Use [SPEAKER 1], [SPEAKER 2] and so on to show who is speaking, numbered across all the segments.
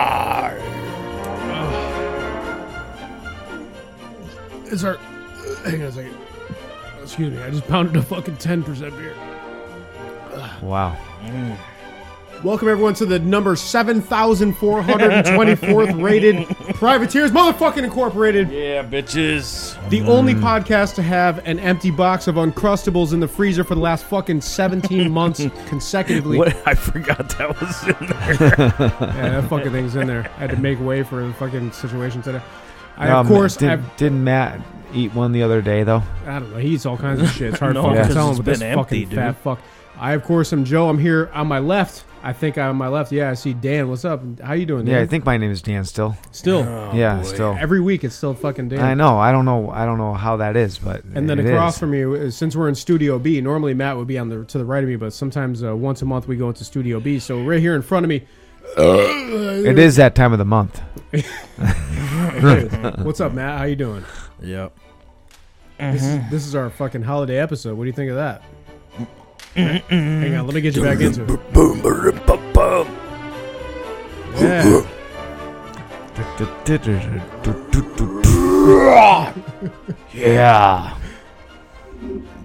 [SPEAKER 1] uh, Excuse me, I just pounded a fucking 10% beer.
[SPEAKER 2] Wow.
[SPEAKER 1] Welcome everyone to the number 7,424th rated Privateers Motherfucking Incorporated.
[SPEAKER 3] Yeah, bitches.
[SPEAKER 1] The only podcast to have an empty box of Uncrustables in the freezer for the last fucking 17 months consecutively.
[SPEAKER 3] What? I forgot that was in there.
[SPEAKER 1] Yeah, that fucking thing's in there. I had to make way for the fucking situation today. I,
[SPEAKER 2] Um,
[SPEAKER 1] of course,
[SPEAKER 2] did,
[SPEAKER 1] I've,
[SPEAKER 2] didn't Matt eat one the other day though?
[SPEAKER 1] I don't know. He eats all kinds of shit. It's hard
[SPEAKER 3] No,
[SPEAKER 1] fucking to
[SPEAKER 3] because
[SPEAKER 1] tell him
[SPEAKER 3] it's
[SPEAKER 1] with this
[SPEAKER 3] been empty,
[SPEAKER 1] fucking fat fuck. I, of course, am Joe. I'm here on my left. I think I'm on my left. Yeah, I see Dan. What's up? How you doing, Dan?
[SPEAKER 2] Yeah, I think my name is Dan still.
[SPEAKER 1] still.
[SPEAKER 2] yeah, still.
[SPEAKER 1] Every week it's still fucking Dan.
[SPEAKER 2] I know. I don't know. I don't know how that is, but
[SPEAKER 1] And then
[SPEAKER 2] it
[SPEAKER 1] across
[SPEAKER 2] is.
[SPEAKER 1] from you, since we're in Studio B, normally Matt would be on the to the right of me, but sometimes uh, once a month we go into Studio B. So right here in front of me,
[SPEAKER 2] it is that time of the month.
[SPEAKER 1] what's up, Matt? How you doing?
[SPEAKER 3] Yep.
[SPEAKER 1] This,
[SPEAKER 2] Mm-hmm.
[SPEAKER 1] is, this is our fucking holiday episode. What do you think of that? Hang on, let me get you back into it. Yeah.
[SPEAKER 2] yeah.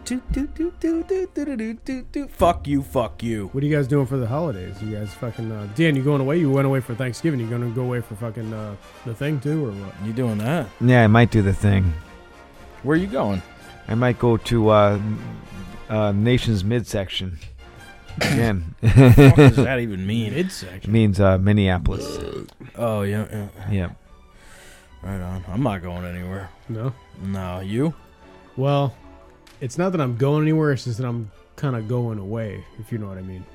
[SPEAKER 3] Do, do, do, do, do, do, do, do, do, do. Fuck you, fuck you.
[SPEAKER 1] What are you guys doing for the holidays? You guys fucking uh, Dan, you going away? You went away for Thanksgiving. You going to go away for fucking uh, the thing too, or what?
[SPEAKER 3] You doing that?
[SPEAKER 2] Yeah, I might do the thing.
[SPEAKER 3] Where you going?
[SPEAKER 2] I might go to uh, uh, nation's midsection. Again,
[SPEAKER 3] What does that even mean?
[SPEAKER 2] it
[SPEAKER 1] Midsection.
[SPEAKER 2] means uh, Minneapolis.
[SPEAKER 3] Oh, yeah, yeah.
[SPEAKER 2] Yeah.
[SPEAKER 3] Right on. I'm not going anywhere.
[SPEAKER 1] No.
[SPEAKER 3] No, you?
[SPEAKER 1] Well, it's not that I'm going anywhere. It's just that I'm kind of going away. If you know what I mean.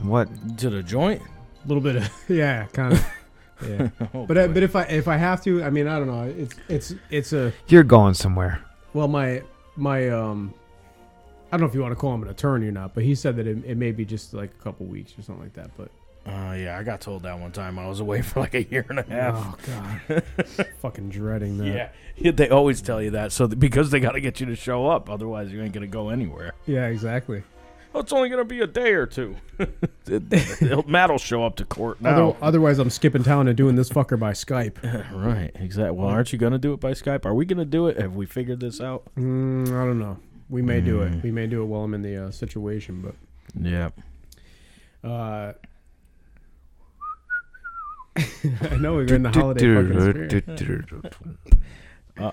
[SPEAKER 2] What?
[SPEAKER 3] To the joint?
[SPEAKER 1] A little bit of yeah, kind of. Yeah.
[SPEAKER 3] Oh,
[SPEAKER 1] But I,
[SPEAKER 3] boy.
[SPEAKER 1] but if I if I have to, I mean I don't know. It's it's it's a
[SPEAKER 2] You're going somewhere.
[SPEAKER 1] well my my um I don't know if you want to call him an attorney or not, but he said that it, it may be just like a couple weeks or something like that. But
[SPEAKER 3] Uh, yeah, I got told that one time. I was away for like a year and a half.
[SPEAKER 1] oh god, fucking dreading that.
[SPEAKER 3] Yeah. yeah, they always tell you that. So th- because they got to get you to show up, otherwise you ain't gonna go anywhere.
[SPEAKER 1] Yeah, exactly.
[SPEAKER 3] Oh, it's only gonna be a day or two. Matt'll show up to court now.
[SPEAKER 1] Other, otherwise, I'm skipping town and doing this fucker by Skype.
[SPEAKER 3] Right, exactly. Well, aren't you gonna do it by Skype? Are we gonna do it? Have we figured this out?
[SPEAKER 1] Mm, I don't know. We may do
[SPEAKER 2] Mm.
[SPEAKER 1] it. We may do it while I'm in the uh, situation, but
[SPEAKER 3] Yeah.
[SPEAKER 1] Uh, I know we're in the holiday fucking spirit.
[SPEAKER 2] Uh,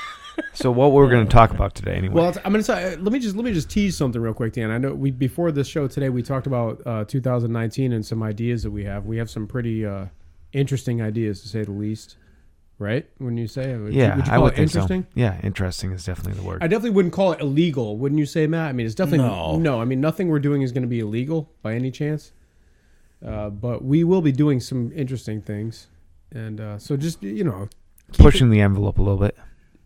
[SPEAKER 2] so what we're going to talk about today anyway?
[SPEAKER 1] Well, it's- I'm gonna say, let me just let me just tease something real quick, Dan. I know we before this show today we talked about uh, 2019 and some ideas that we have. We have some pretty uh, interesting ideas to say the least, right? When you say, would you-
[SPEAKER 2] yeah,
[SPEAKER 1] would you
[SPEAKER 2] I
[SPEAKER 1] call
[SPEAKER 2] would
[SPEAKER 1] it
[SPEAKER 2] think so.
[SPEAKER 1] interesting?
[SPEAKER 2] Yeah, interesting is definitely the word.
[SPEAKER 1] I definitely wouldn't call it illegal, wouldn't you say, Matt? I mean, it's definitely
[SPEAKER 3] No.
[SPEAKER 1] I mean, nothing we're doing is going to be illegal by any chance. Uh, but we will be doing some interesting things, and uh, so just you know,
[SPEAKER 2] Pushing the envelope a little bit.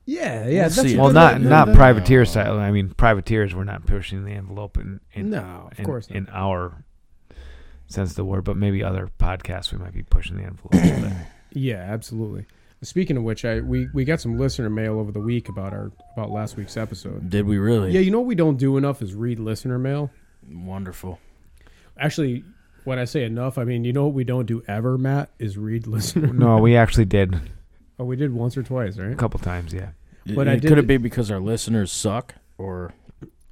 [SPEAKER 1] yeah, yeah.
[SPEAKER 3] We'll
[SPEAKER 1] that's
[SPEAKER 3] see.
[SPEAKER 1] a
[SPEAKER 2] Well,
[SPEAKER 1] good
[SPEAKER 2] not
[SPEAKER 1] way- no,
[SPEAKER 2] not
[SPEAKER 1] that-
[SPEAKER 2] privateer style. I mean, privateers were not pushing the envelope in, in
[SPEAKER 1] No, of
[SPEAKER 2] in-
[SPEAKER 1] course not.
[SPEAKER 2] in our sense of the word, but maybe other podcasts we might be pushing the envelope. a little bit.
[SPEAKER 1] Yeah, absolutely. Speaking of which, I we, we got some listener mail over the week about our about last week's episode.
[SPEAKER 3] Did we really?
[SPEAKER 1] Yeah, you know what we don't do enough is read listener mail.
[SPEAKER 3] Wonderful.
[SPEAKER 1] Actually, when I say enough, I mean you know what we don't do ever, Matt, is read listener.
[SPEAKER 2] No, we actually did
[SPEAKER 1] Oh, we did once or twice, right?
[SPEAKER 2] a couple times. Yeah,
[SPEAKER 1] But I did-
[SPEAKER 3] could it be because our listeners suck or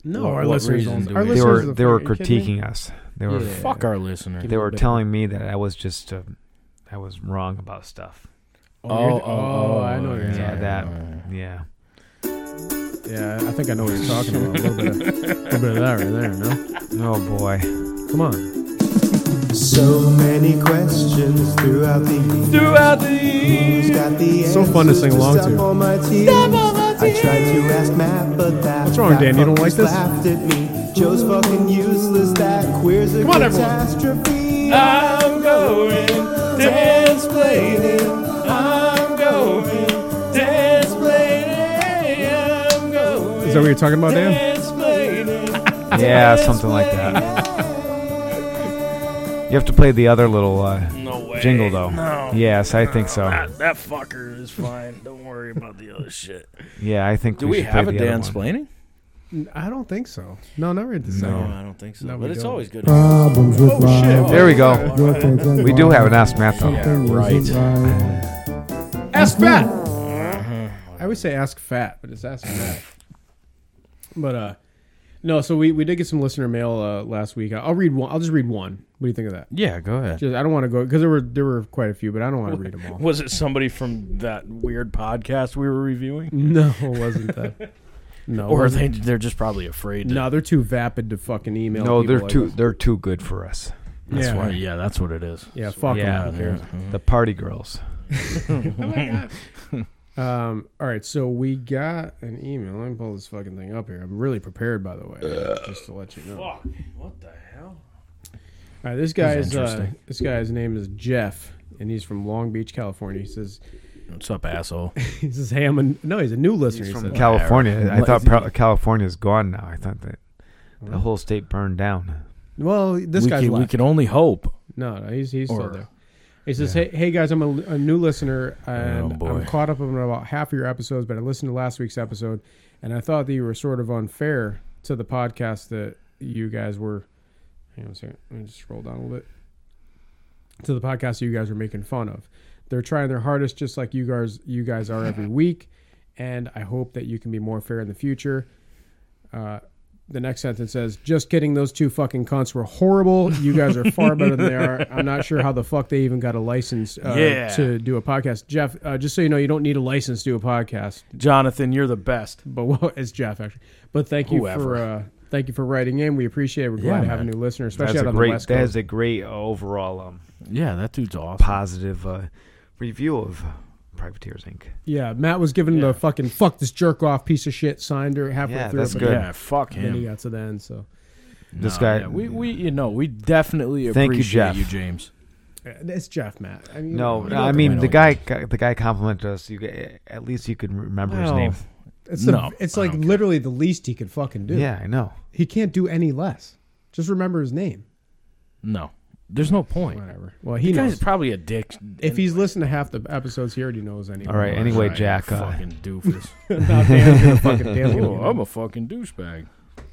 [SPEAKER 1] No,
[SPEAKER 3] What-
[SPEAKER 1] our
[SPEAKER 3] what
[SPEAKER 1] listeners don't.
[SPEAKER 3] reason do
[SPEAKER 1] our
[SPEAKER 3] we-
[SPEAKER 2] they
[SPEAKER 1] listeners
[SPEAKER 2] were
[SPEAKER 1] are
[SPEAKER 2] they were
[SPEAKER 1] fucking- are you kidding me?
[SPEAKER 2] critiquing us. They were
[SPEAKER 1] Yeah.
[SPEAKER 3] fuck our listeners?
[SPEAKER 1] Give
[SPEAKER 2] they
[SPEAKER 1] me a
[SPEAKER 2] were
[SPEAKER 1] bit.
[SPEAKER 2] telling me that I was just uh, I was wrong about stuff.
[SPEAKER 1] Oh, you're- oh, I know what you're
[SPEAKER 2] Yeah,
[SPEAKER 1] Yeah,
[SPEAKER 3] yeah,
[SPEAKER 2] that.
[SPEAKER 3] yeah.
[SPEAKER 2] Yeah,
[SPEAKER 1] Yeah, I think I know what you're talking about. A little bit, of, little bit of that right there. No,
[SPEAKER 2] oh boy.
[SPEAKER 1] come on.
[SPEAKER 4] So many questions throughout the years.
[SPEAKER 3] Throughout the year.
[SPEAKER 4] Got the
[SPEAKER 1] So fun to
[SPEAKER 4] answers
[SPEAKER 1] sing along
[SPEAKER 4] stop
[SPEAKER 1] to.
[SPEAKER 4] all my tears. I tried to ask Matt, but that
[SPEAKER 1] What's wrong,
[SPEAKER 4] fat
[SPEAKER 1] Dan? You don't
[SPEAKER 4] fuck
[SPEAKER 1] like
[SPEAKER 4] just
[SPEAKER 1] this?
[SPEAKER 4] Laughed at me. Joe's fucking useless. That queer's a
[SPEAKER 1] Come on, everyone. Uh,
[SPEAKER 4] catastrophe.
[SPEAKER 3] I'm going dance planing. I'm going dance planing. I'm going
[SPEAKER 1] Is that what you're talking about, Dan?
[SPEAKER 3] dance planing.
[SPEAKER 2] Yeah, something like that. You have to play the other little uh,
[SPEAKER 3] No way.
[SPEAKER 2] jingle though. Yes, I think so.
[SPEAKER 3] That, that fucker is fine. Don't worry about the other shit.
[SPEAKER 2] Yeah, I think
[SPEAKER 3] Do
[SPEAKER 2] we,
[SPEAKER 3] we,
[SPEAKER 2] should
[SPEAKER 3] have a
[SPEAKER 2] play the other
[SPEAKER 3] dance
[SPEAKER 2] one.
[SPEAKER 3] planing?
[SPEAKER 1] I don't think so. No, not read the
[SPEAKER 3] No,
[SPEAKER 1] second.
[SPEAKER 3] I don't think so.
[SPEAKER 1] No, we
[SPEAKER 3] but it's
[SPEAKER 1] don't.
[SPEAKER 3] always good.
[SPEAKER 5] Problems with
[SPEAKER 3] Oh, shit.
[SPEAKER 5] life.
[SPEAKER 2] There we go. We do have an Ask Matt though.
[SPEAKER 3] Yeah, right.
[SPEAKER 1] Ask fat. I always say ask fat, but it's ask fat. But uh, no. So we, we did get some listener mail uh, last week. I'll read one. I'll just read one. What do you think of that?
[SPEAKER 6] Yeah, go ahead.
[SPEAKER 1] Just I don't want to go because there were there were quite a few, but I don't want to read them all.
[SPEAKER 3] Was it somebody from that weird podcast we were reviewing?
[SPEAKER 1] No, it wasn't that. No, it
[SPEAKER 3] Or
[SPEAKER 1] wasn't.
[SPEAKER 3] they they're just probably afraid. To,
[SPEAKER 1] no, they're too vapid to fucking email.
[SPEAKER 2] No, they're
[SPEAKER 1] people like
[SPEAKER 2] too
[SPEAKER 1] us.
[SPEAKER 2] they're too good for us.
[SPEAKER 3] That's
[SPEAKER 1] yeah.
[SPEAKER 3] why. Yeah, that's what it Mm-hmm. is.
[SPEAKER 1] Yeah, fuck 'em.
[SPEAKER 6] Yeah,
[SPEAKER 1] Who
[SPEAKER 3] they're-
[SPEAKER 1] cares?
[SPEAKER 2] The party girls.
[SPEAKER 1] Um, all right, so we got an email. Let me pull this fucking thing up here. I'm really prepared, by the way, just to let you know. All
[SPEAKER 3] Fuck. What the hell?
[SPEAKER 1] right, this guy's uh,
[SPEAKER 3] interesting.
[SPEAKER 1] this guy's name is Jeff, and he's from Long Beach, California. He says
[SPEAKER 3] What's up, asshole?
[SPEAKER 1] he says, "Hey, I'm a no." He's a new listener.
[SPEAKER 2] He's
[SPEAKER 1] he
[SPEAKER 2] from
[SPEAKER 1] said.
[SPEAKER 2] California. I
[SPEAKER 3] What
[SPEAKER 2] thought
[SPEAKER 3] is he-
[SPEAKER 2] pro- California's gone now. I thought that the whole state burned down.
[SPEAKER 1] well, this
[SPEAKER 3] we
[SPEAKER 1] guy's
[SPEAKER 3] can, we
[SPEAKER 1] left.
[SPEAKER 3] can only hope.
[SPEAKER 1] No, no, he's he's still
[SPEAKER 3] Or-
[SPEAKER 1] there. He says, "Hey, hey guys, I'm a, a new listener, and
[SPEAKER 3] Oh, boy.
[SPEAKER 1] I'm caught up on about half of your episodes, but I listened to last week's episode, and I thought that you were sort of unfair to the podcast that you guys were. Hang on a second, let me just scroll down a little bit to the podcast that you guys were making fun of. They're trying their hardest, just like you guys you guys are every week, and I hope that you can be more fair in the future." Uh, the next sentence says, "Just kidding. Those two fucking cunts were horrible. You guys are far better than they are. I'm not sure how the fuck they even got a license uh,
[SPEAKER 3] Yeah.
[SPEAKER 1] to do a podcast." Jeff, uh, just so you know, you don't need a license to do a podcast,
[SPEAKER 3] Jonathan, you're the best.
[SPEAKER 1] but well, it's Jeff actually. But thank you for
[SPEAKER 3] Whoever.
[SPEAKER 1] uh, thank you for writing in. We appreciate it. We're glad
[SPEAKER 3] Yeah,
[SPEAKER 1] to have a
[SPEAKER 3] man.
[SPEAKER 1] new listener, especially
[SPEAKER 2] That's
[SPEAKER 1] out
[SPEAKER 2] a
[SPEAKER 1] on the
[SPEAKER 2] great.
[SPEAKER 1] West
[SPEAKER 2] That's
[SPEAKER 1] Coast.
[SPEAKER 2] a great uh, overall um,
[SPEAKER 3] Yeah, that dude's awesome.
[SPEAKER 2] positive uh, review of Privateers Inc.
[SPEAKER 1] yeah, Matt was given
[SPEAKER 3] Yeah.
[SPEAKER 1] the fucking fuck this jerk off piece of shit signed her halfway
[SPEAKER 2] Yeah,
[SPEAKER 1] through.
[SPEAKER 2] that's
[SPEAKER 1] but
[SPEAKER 2] good.
[SPEAKER 3] Yeah, fuck
[SPEAKER 1] Then he
[SPEAKER 3] him.
[SPEAKER 1] got to the end. So
[SPEAKER 2] This
[SPEAKER 3] Nah,
[SPEAKER 2] guy-
[SPEAKER 3] yeah, we we you know we definitely
[SPEAKER 2] Thank you,
[SPEAKER 3] appreciate
[SPEAKER 2] Jeff.
[SPEAKER 3] you, James.
[SPEAKER 1] Uh, it's Jeff, Matt. I mean,
[SPEAKER 2] No,
[SPEAKER 3] You
[SPEAKER 2] no,
[SPEAKER 3] don't
[SPEAKER 2] I
[SPEAKER 3] have to
[SPEAKER 2] mean
[SPEAKER 3] win
[SPEAKER 2] the
[SPEAKER 3] all
[SPEAKER 2] guy. The guy complimented us. You g- at least you can remember his
[SPEAKER 3] Well,
[SPEAKER 2] name.
[SPEAKER 1] it's the,
[SPEAKER 3] no,
[SPEAKER 1] it's
[SPEAKER 3] I
[SPEAKER 1] like
[SPEAKER 3] don't care.
[SPEAKER 1] literally the least he could fucking do.
[SPEAKER 2] Yeah, I know.
[SPEAKER 1] He can't do any less. Just remember his name.
[SPEAKER 3] No, there's no point.
[SPEAKER 1] Whatever. Well,
[SPEAKER 3] The
[SPEAKER 1] he
[SPEAKER 3] guy's
[SPEAKER 1] knows.
[SPEAKER 3] probably a dick.
[SPEAKER 1] if he's listened to half the episodes, he already knows anyway.
[SPEAKER 2] All right. Anyway,
[SPEAKER 3] Right,
[SPEAKER 2] Jack. Uh,
[SPEAKER 3] fucking doofus.
[SPEAKER 1] Not Dan's gonna fucking- Dan's gonna
[SPEAKER 3] Oh,
[SPEAKER 1] get
[SPEAKER 3] I'm
[SPEAKER 1] it.
[SPEAKER 3] a fucking douchebag.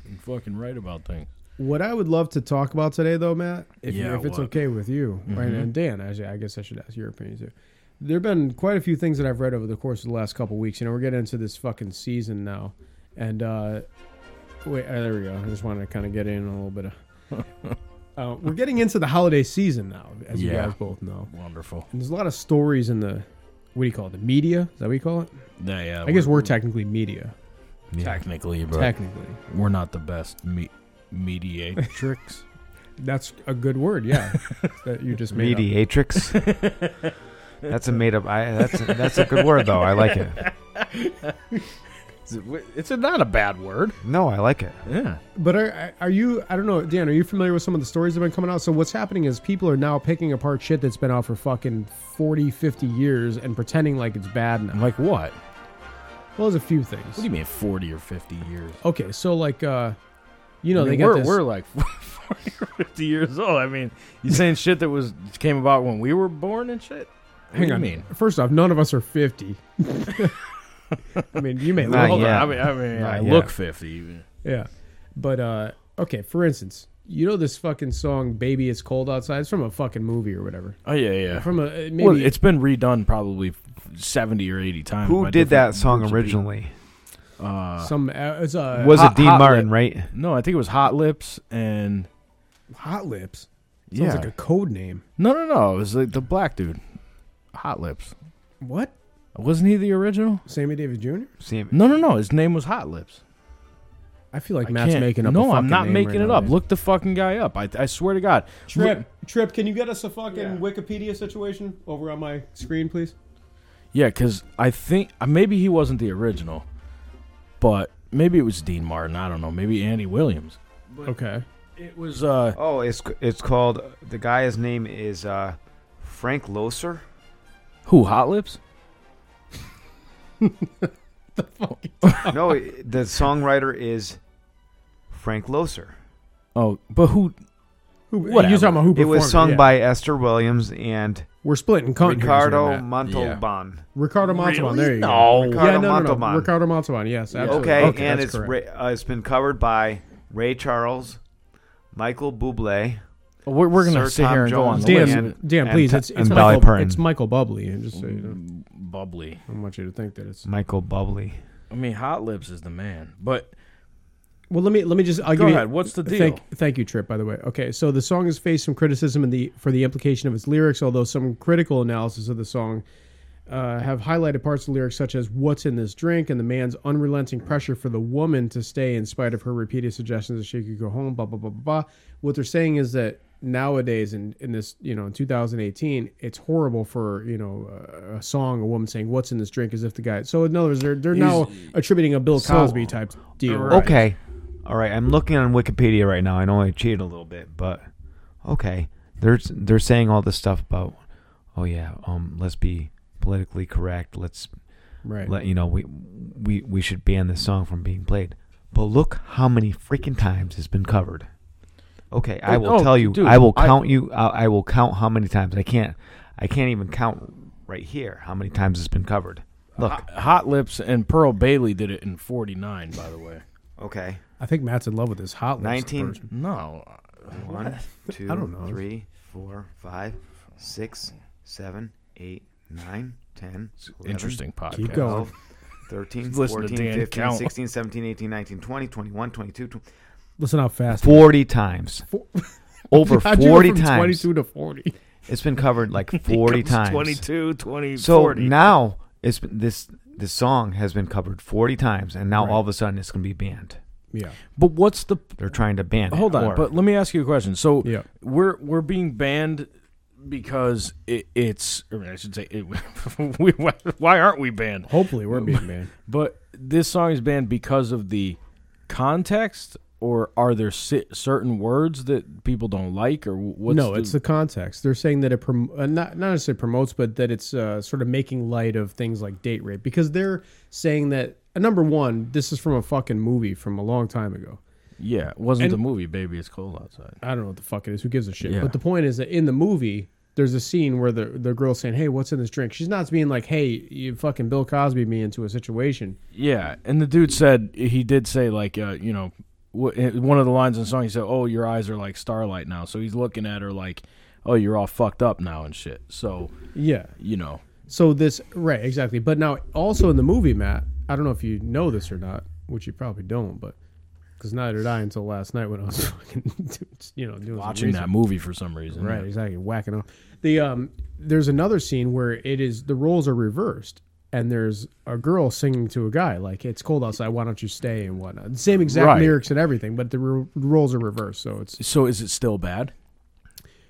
[SPEAKER 3] I'm fucking right about things.
[SPEAKER 1] What I would love to talk about today, though, Matt, if, you-
[SPEAKER 3] Yeah,
[SPEAKER 1] if it's
[SPEAKER 3] what? Mm-hmm.
[SPEAKER 1] okay with you, right, and Dan, actually, I guess I should ask your opinion too. There have been quite a few things that I've read over the course of the last couple weeks. You know, we're getting into this fucking season now, and uh, wait, uh, there we go. I just wanted to kind of get in a little bit of. Uh, we're getting into the holiday season now, as you
[SPEAKER 3] Yeah.
[SPEAKER 1] guys both know.
[SPEAKER 3] Wonderful.
[SPEAKER 1] And there's a lot of stories in the what do you call it? The media? Is that what you call it?
[SPEAKER 3] Yeah, yeah.
[SPEAKER 1] I guess we're technically media.
[SPEAKER 3] we're technically, but
[SPEAKER 1] Technically.
[SPEAKER 3] we're not the best me- mediatrix.
[SPEAKER 1] That's a good word, yeah. that you just made up.
[SPEAKER 2] Mediatrix. that's a made up. I, that's a, that's a good word though. I like it.
[SPEAKER 3] It's a- it's a, not a bad word.
[SPEAKER 2] No, I like it.
[SPEAKER 3] Yeah.
[SPEAKER 1] But are are you I don't know, Dan, are you familiar with some of the stories that have been coming out? So what's happening is people are now picking apart shit that's been out for fucking 40, 50 years and pretending like it's bad now.
[SPEAKER 3] Like what? What
[SPEAKER 1] Well, there's a few things.
[SPEAKER 3] do you mean forty or fifty years?
[SPEAKER 1] okay, so like uh you know,
[SPEAKER 3] I mean,
[SPEAKER 1] they got
[SPEAKER 3] we're
[SPEAKER 1] this,
[SPEAKER 3] we're like forty or fifty years old. I mean, you saying shit that was came about when we were born and shit. What do
[SPEAKER 1] hang
[SPEAKER 3] you
[SPEAKER 1] on.
[SPEAKER 3] mean?
[SPEAKER 1] First off, none of us are 50. I mean, you may
[SPEAKER 2] Not
[SPEAKER 1] look
[SPEAKER 3] Hold
[SPEAKER 2] yet.
[SPEAKER 3] on. I mean, I, mean,
[SPEAKER 2] Not
[SPEAKER 3] I
[SPEAKER 2] yet.
[SPEAKER 3] look fifty.
[SPEAKER 1] Yeah. But uh okay, for instance, you know this fucking song Baby It's Cold Outside? It's from a fucking movie or whatever.
[SPEAKER 3] Oh yeah, yeah.
[SPEAKER 1] From a uh, maybe
[SPEAKER 3] well, it's been redone probably seventy or eighty times.
[SPEAKER 2] Who
[SPEAKER 3] by
[SPEAKER 2] did that
[SPEAKER 3] different
[SPEAKER 2] song
[SPEAKER 3] groups of people.
[SPEAKER 2] originally?
[SPEAKER 3] Uh,
[SPEAKER 1] some uh, it's a
[SPEAKER 2] Was
[SPEAKER 3] Hot-
[SPEAKER 2] it Dean
[SPEAKER 3] Hot
[SPEAKER 2] Martin? Right.
[SPEAKER 3] no, I think it was Hot Lips and
[SPEAKER 1] Hot Lips. Sounds
[SPEAKER 3] yeah.
[SPEAKER 1] like a code name.
[SPEAKER 3] no, no, no. It was like the black dude, Hot Lips.
[SPEAKER 1] What?
[SPEAKER 3] Wasn't he the original?
[SPEAKER 1] Sammy Davis Jr.
[SPEAKER 2] Sam-
[SPEAKER 3] No, no, no. His name was Hot Lips.
[SPEAKER 1] I feel like
[SPEAKER 3] I
[SPEAKER 1] Matt's
[SPEAKER 3] can't-
[SPEAKER 1] making up. a
[SPEAKER 3] No,
[SPEAKER 1] fucking
[SPEAKER 3] I'm not
[SPEAKER 1] name
[SPEAKER 3] making
[SPEAKER 1] right
[SPEAKER 3] it
[SPEAKER 1] now,
[SPEAKER 3] up.
[SPEAKER 1] man.
[SPEAKER 3] Look the fucking guy up. I, I swear to God. Look-
[SPEAKER 1] Trip, Trip, can you get us a fucking
[SPEAKER 3] Yeah.
[SPEAKER 1] Wikipedia situation over on my screen, please?
[SPEAKER 3] Yeah, because I think uh, maybe he wasn't the original, but maybe it was Dean Martin. I don't know. Maybe Andy Williams.
[SPEAKER 1] Okay.
[SPEAKER 3] It was. uh
[SPEAKER 2] Oh, it's it's called. The guy's name is uh, Frank Loser.
[SPEAKER 3] Who? Hot Lips?
[SPEAKER 2] no, it- the songwriter is Frank Loser.
[SPEAKER 3] Oh, but who?
[SPEAKER 1] Who,
[SPEAKER 3] Whatever.
[SPEAKER 1] You're talking about who
[SPEAKER 2] It was
[SPEAKER 1] performed
[SPEAKER 2] sung
[SPEAKER 1] yeah.
[SPEAKER 2] by Esther Williams and
[SPEAKER 1] We're splitting countries.
[SPEAKER 2] Ricardo
[SPEAKER 3] Yeah.
[SPEAKER 2] Montalban.
[SPEAKER 1] Ricardo Montalban. There you
[SPEAKER 3] No.
[SPEAKER 1] go.
[SPEAKER 2] Ricardo
[SPEAKER 1] yeah, no, no,
[SPEAKER 2] Montalban.
[SPEAKER 1] no. Ricardo Montalban. Yes, absolutely.
[SPEAKER 2] Okay, and
[SPEAKER 1] that's
[SPEAKER 2] it's
[SPEAKER 1] correct.
[SPEAKER 2] Ray, uh, it's been covered by Ray Charles, Michael Bublé.
[SPEAKER 3] We're, we're gonna
[SPEAKER 2] Sir
[SPEAKER 3] sit
[SPEAKER 2] Tom
[SPEAKER 3] here and go on
[SPEAKER 2] Jones.
[SPEAKER 3] the
[SPEAKER 2] Dan-
[SPEAKER 3] list.
[SPEAKER 1] Dan,
[SPEAKER 2] and-
[SPEAKER 1] Dan,
[SPEAKER 2] and
[SPEAKER 1] please.
[SPEAKER 2] Ta-
[SPEAKER 1] It's,
[SPEAKER 2] and
[SPEAKER 1] it's,
[SPEAKER 2] Dolly
[SPEAKER 1] Michael,
[SPEAKER 2] Parton.
[SPEAKER 1] it's Michael Bubbly. And just so you know,
[SPEAKER 3] Bubbly.
[SPEAKER 1] I don't want you to think that it's.
[SPEAKER 2] Michael Bubbly.
[SPEAKER 3] I mean, Hot Lips is the man, but
[SPEAKER 1] Well, let me let me just. I'll
[SPEAKER 3] Go
[SPEAKER 1] give you-
[SPEAKER 3] ahead. What's the deal?
[SPEAKER 1] Thank, thank you, Trip. By the way, okay. So the song has faced some criticism in the for the implication of its lyrics, although some critical analysis of the song uh, have highlighted parts of the lyrics such as "What's in this drink" and the man's unrelenting pressure for the woman to stay, in spite of her repeated suggestions that she could go home. Blah blah blah blah. blah. What they're saying is that nowadays in, in this you know in 2018 it's horrible for you know uh, a song a woman saying what's in this drink as if the guy so in other words they're, they're now attributing a bill cosby type deal
[SPEAKER 2] Okay. All right. I'm looking on Wikipedia right now. I know I cheated a little bit, but okay. They're they're saying all this stuff about, oh yeah, um, let's be politically correct. Let's
[SPEAKER 1] right
[SPEAKER 2] let you know we we we should ban this song from being played. But look how many freaking times it's been covered. Okay, I
[SPEAKER 3] Oh,
[SPEAKER 2] will
[SPEAKER 3] no,
[SPEAKER 2] tell you.
[SPEAKER 3] dude,
[SPEAKER 2] I will
[SPEAKER 3] I-
[SPEAKER 2] count you. uh, I, I will count how many times I can't. I can't even count right here how many times it's been covered. Look.
[SPEAKER 3] Hot Lips and Pearl Bailey did it in '49. By the way,
[SPEAKER 2] okay.
[SPEAKER 1] I think Matt's in love with this hot lips
[SPEAKER 2] 19
[SPEAKER 1] version.
[SPEAKER 3] no, uh,
[SPEAKER 2] One, two,
[SPEAKER 1] don't know.
[SPEAKER 2] three, four, five, six, seven, eight, nine, 10, 11,
[SPEAKER 3] interesting podcast.
[SPEAKER 1] Keep going.
[SPEAKER 2] 12, 13,
[SPEAKER 3] Listen to
[SPEAKER 2] 14,
[SPEAKER 3] Dan
[SPEAKER 2] 15,
[SPEAKER 3] count.
[SPEAKER 2] 16, 17, 18, 19, 20, 21, 22, 20,
[SPEAKER 1] Listen how fast.
[SPEAKER 2] 40 times. Over
[SPEAKER 1] How'd you go
[SPEAKER 2] 40
[SPEAKER 1] from
[SPEAKER 2] times.
[SPEAKER 1] Twenty-two to forty.
[SPEAKER 2] It's been covered like 40 times.
[SPEAKER 3] 22, 20,
[SPEAKER 2] So
[SPEAKER 3] 40.
[SPEAKER 2] now it's been- this this song has been covered 40 times and now all of a sudden it's going to be banned.
[SPEAKER 1] Yeah.
[SPEAKER 3] but what's the
[SPEAKER 2] They're trying to ban it.
[SPEAKER 3] Hold on,
[SPEAKER 2] or-
[SPEAKER 3] but let me ask you a question. So
[SPEAKER 1] Yeah.
[SPEAKER 3] we're we're being banned because it, it's. Or I should say, it, we, why aren't we banned?
[SPEAKER 1] Hopefully we're being man.
[SPEAKER 3] But this song is banned because of the context, or are there si- certain words that people don't like, or what's
[SPEAKER 1] no,
[SPEAKER 3] the-
[SPEAKER 1] it's the context. They're saying that it prom- uh, not not necessarily promotes, but that it's uh, sort of making light of things like date rape because they're saying that uh, number one, this is from a fucking movie from a long time ago.
[SPEAKER 3] yeah, it wasn't
[SPEAKER 1] and-
[SPEAKER 3] the movie "Baby It's Cold Outside."
[SPEAKER 1] I don't know what the fuck it is. Who gives a shit?
[SPEAKER 3] Yeah.
[SPEAKER 1] But the point is that in the movie, there's a scene where the the girl's saying, "Hey, what's in this drink?" She's not being like, "Hey, you fucking Bill Cosby me into a situation."
[SPEAKER 3] Yeah, and the dude said he did say like uh, you know w- one of the lines in the song he said, "Oh, your eyes are like starlight now." So he's looking at her like, "Oh, you're all fucked up now and shit." So
[SPEAKER 1] Yeah.
[SPEAKER 3] you know,
[SPEAKER 1] So this right exactly, but now also in the movie, Matt. I don't know if you know this or not, which you probably don't, but because neither did I until last night when I was fucking, you know, doing some
[SPEAKER 3] watching
[SPEAKER 1] research.
[SPEAKER 3] that movie for some reason.
[SPEAKER 1] Right, exactly, whacking off. The um, there's another scene where it is the roles are reversed, and there's a girl singing to a guy like "It's cold outside, why don't you stay?" and whatnot. Same exact
[SPEAKER 3] Right.
[SPEAKER 1] lyrics and everything, but the re- roles are reversed. So it's
[SPEAKER 3] So is it still bad?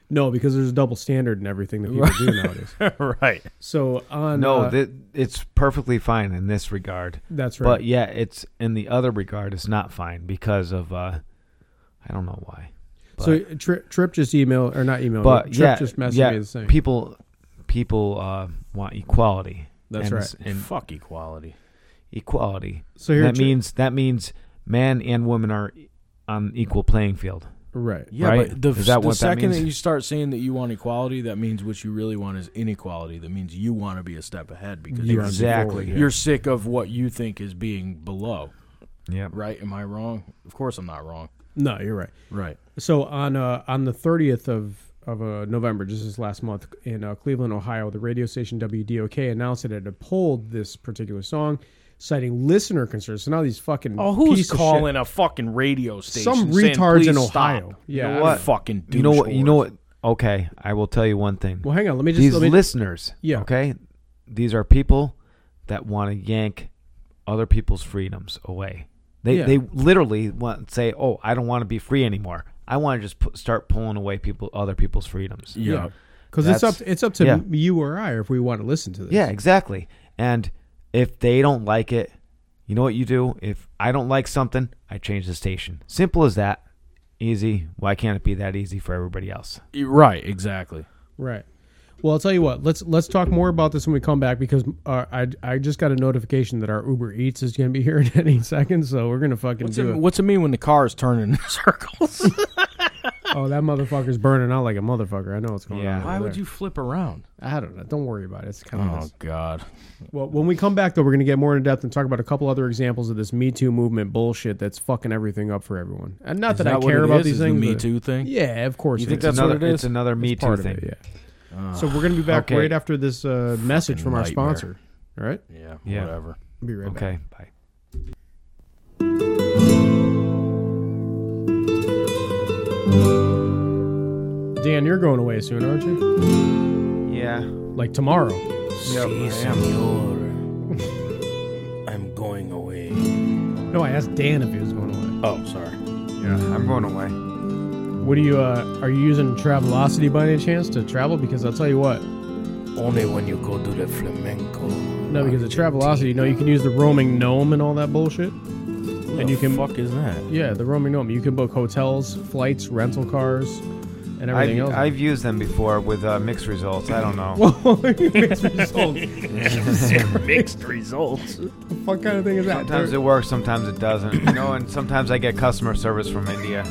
[SPEAKER 1] no because there's a double standard and everything that people do nowadays.
[SPEAKER 3] right.
[SPEAKER 1] So on
[SPEAKER 2] no,
[SPEAKER 1] uh,
[SPEAKER 2] that it's perfectly fine in this regard.
[SPEAKER 1] that's right.
[SPEAKER 2] But yeah, it's in the other regard, it's not fine because of uh, I don't know why. But,
[SPEAKER 1] So Tri- Trip just emailed or not emailed,
[SPEAKER 2] but
[SPEAKER 1] Trip
[SPEAKER 2] yeah,
[SPEAKER 1] just messaged
[SPEAKER 2] yeah,
[SPEAKER 1] me the same.
[SPEAKER 2] people people uh, want equality.
[SPEAKER 1] That's
[SPEAKER 2] and,
[SPEAKER 1] right.
[SPEAKER 2] And
[SPEAKER 3] Fuck equality.
[SPEAKER 2] equality.
[SPEAKER 1] So here
[SPEAKER 2] that
[SPEAKER 1] Tri-
[SPEAKER 2] means that means man and woman are on equal playing field.
[SPEAKER 1] right.
[SPEAKER 3] Yeah,
[SPEAKER 2] Right?
[SPEAKER 3] but the,
[SPEAKER 2] Is that
[SPEAKER 3] the
[SPEAKER 2] what that
[SPEAKER 3] second that,
[SPEAKER 2] means?
[SPEAKER 3] you start saying that you want equality, that means what you really want is inequality. That means you want to be a step ahead because
[SPEAKER 1] You
[SPEAKER 3] you're,
[SPEAKER 1] wanna be
[SPEAKER 2] Exactly.
[SPEAKER 1] forward, yeah.
[SPEAKER 3] you're sick of what you think is being below.
[SPEAKER 2] Yeah.
[SPEAKER 3] Right? Am I wrong? Of course I'm not wrong.
[SPEAKER 1] No, you're right.
[SPEAKER 3] Right.
[SPEAKER 1] So on uh, on the thirtieth of of uh, November, just this last month in uh, Cleveland, Ohio, the radio station WDOK announced that it had polled this particular song, citing listener concerns. So now these fucking
[SPEAKER 3] Oh, who's
[SPEAKER 1] piece of shit-
[SPEAKER 3] calling a fucking radio station?
[SPEAKER 1] Some
[SPEAKER 3] saying,
[SPEAKER 1] retards in
[SPEAKER 3] "Please
[SPEAKER 1] Ohio."
[SPEAKER 3] Stop.
[SPEAKER 1] Yeah,
[SPEAKER 3] You
[SPEAKER 1] I
[SPEAKER 3] know what?
[SPEAKER 1] don't-
[SPEAKER 3] Fucking
[SPEAKER 2] You know what? You know
[SPEAKER 3] doucheballs.
[SPEAKER 2] what? Okay, I will tell you one thing.
[SPEAKER 1] Well, hang on. Let me just
[SPEAKER 2] these
[SPEAKER 1] let me,
[SPEAKER 2] listeners,
[SPEAKER 1] Yeah.
[SPEAKER 2] okay, these are people that want to yank other people's freedoms away. They
[SPEAKER 1] Yeah.
[SPEAKER 2] they literally want say, "Oh, I don't want to be free anymore. I want to just pu- start pulling away people other people's freedoms."
[SPEAKER 1] yeah, because it's up
[SPEAKER 2] That's-
[SPEAKER 1] it's up to
[SPEAKER 2] yeah.
[SPEAKER 1] you or I if we want to listen to this.
[SPEAKER 2] Yeah, exactly. And if they don't like it, you know what you do? If I don't like something, I change the station. Simple as that. Easy. Why can't it be that easy for everybody else?
[SPEAKER 3] Y- Right, exactly.
[SPEAKER 1] Right. Well, I'll tell you what. Let's let's talk more about this when we come back because uh, I I just got a notification that our Uber Eats is going to be here in any second, so we're gonna fucking
[SPEAKER 3] What's
[SPEAKER 1] do
[SPEAKER 3] it, what's it mean when the car is turning in circles?
[SPEAKER 1] Oh, that motherfucker's burning out like a motherfucker. I know what's going
[SPEAKER 2] Yeah.
[SPEAKER 1] on. over
[SPEAKER 3] Why would
[SPEAKER 1] there.
[SPEAKER 3] you flip around?
[SPEAKER 1] I don't know. Don't worry about it. It's kind of
[SPEAKER 3] Oh God.
[SPEAKER 1] well. When we come back, though, we're going to get more in depth and talk about a couple other examples of this Me Too movement bullshit that's fucking everything up for everyone. And not
[SPEAKER 3] Is
[SPEAKER 1] that, I
[SPEAKER 3] that what
[SPEAKER 1] care
[SPEAKER 3] it
[SPEAKER 1] about
[SPEAKER 3] is?
[SPEAKER 1] these
[SPEAKER 3] Is the
[SPEAKER 1] things.
[SPEAKER 3] Me
[SPEAKER 1] but-
[SPEAKER 3] Too thing?
[SPEAKER 1] Yeah, of course.
[SPEAKER 3] You
[SPEAKER 1] it
[SPEAKER 3] think
[SPEAKER 1] is.
[SPEAKER 3] that's
[SPEAKER 2] another,
[SPEAKER 3] what it is?
[SPEAKER 2] It's another Me
[SPEAKER 1] It's
[SPEAKER 2] Too
[SPEAKER 1] part of
[SPEAKER 2] thing.
[SPEAKER 1] it, yeah. so we're going to be back
[SPEAKER 2] okay.
[SPEAKER 1] right after this uh, message from our
[SPEAKER 3] nightmare.
[SPEAKER 1] sponsor. All right,
[SPEAKER 3] Yeah,
[SPEAKER 2] Yeah.
[SPEAKER 3] whatever.
[SPEAKER 1] be right back.
[SPEAKER 2] Okay. Bye.
[SPEAKER 1] You're going away soon, aren't you?
[SPEAKER 2] Yeah.
[SPEAKER 1] Like tomorrow.
[SPEAKER 3] I
[SPEAKER 6] See,
[SPEAKER 3] am.
[SPEAKER 6] senor. I'm going away.
[SPEAKER 1] No, I asked Dan if he was going away.
[SPEAKER 6] Oh, sorry.
[SPEAKER 2] Yeah. I'm going away.
[SPEAKER 1] What do you? Uh, are you using Travelocity by any chance to travel? Because I'll tell you what.
[SPEAKER 6] Only when you go to the flamenco.
[SPEAKER 1] No, because of Travelocity, no, you can use the roaming gnome and all that bullshit.
[SPEAKER 3] And
[SPEAKER 1] you can-
[SPEAKER 3] fuck is that?
[SPEAKER 1] Yeah, the roaming gnome. You can book hotels, flights, rental cars, and everything
[SPEAKER 2] I've,
[SPEAKER 1] else.
[SPEAKER 2] I've used them before with uh, mixed results. I don't know.
[SPEAKER 1] Whoa, you mixed results.
[SPEAKER 3] Mixed results.
[SPEAKER 1] What kind of thing is that?
[SPEAKER 2] sometimes it works, sometimes it doesn't. You know, and sometimes I get customer service from India.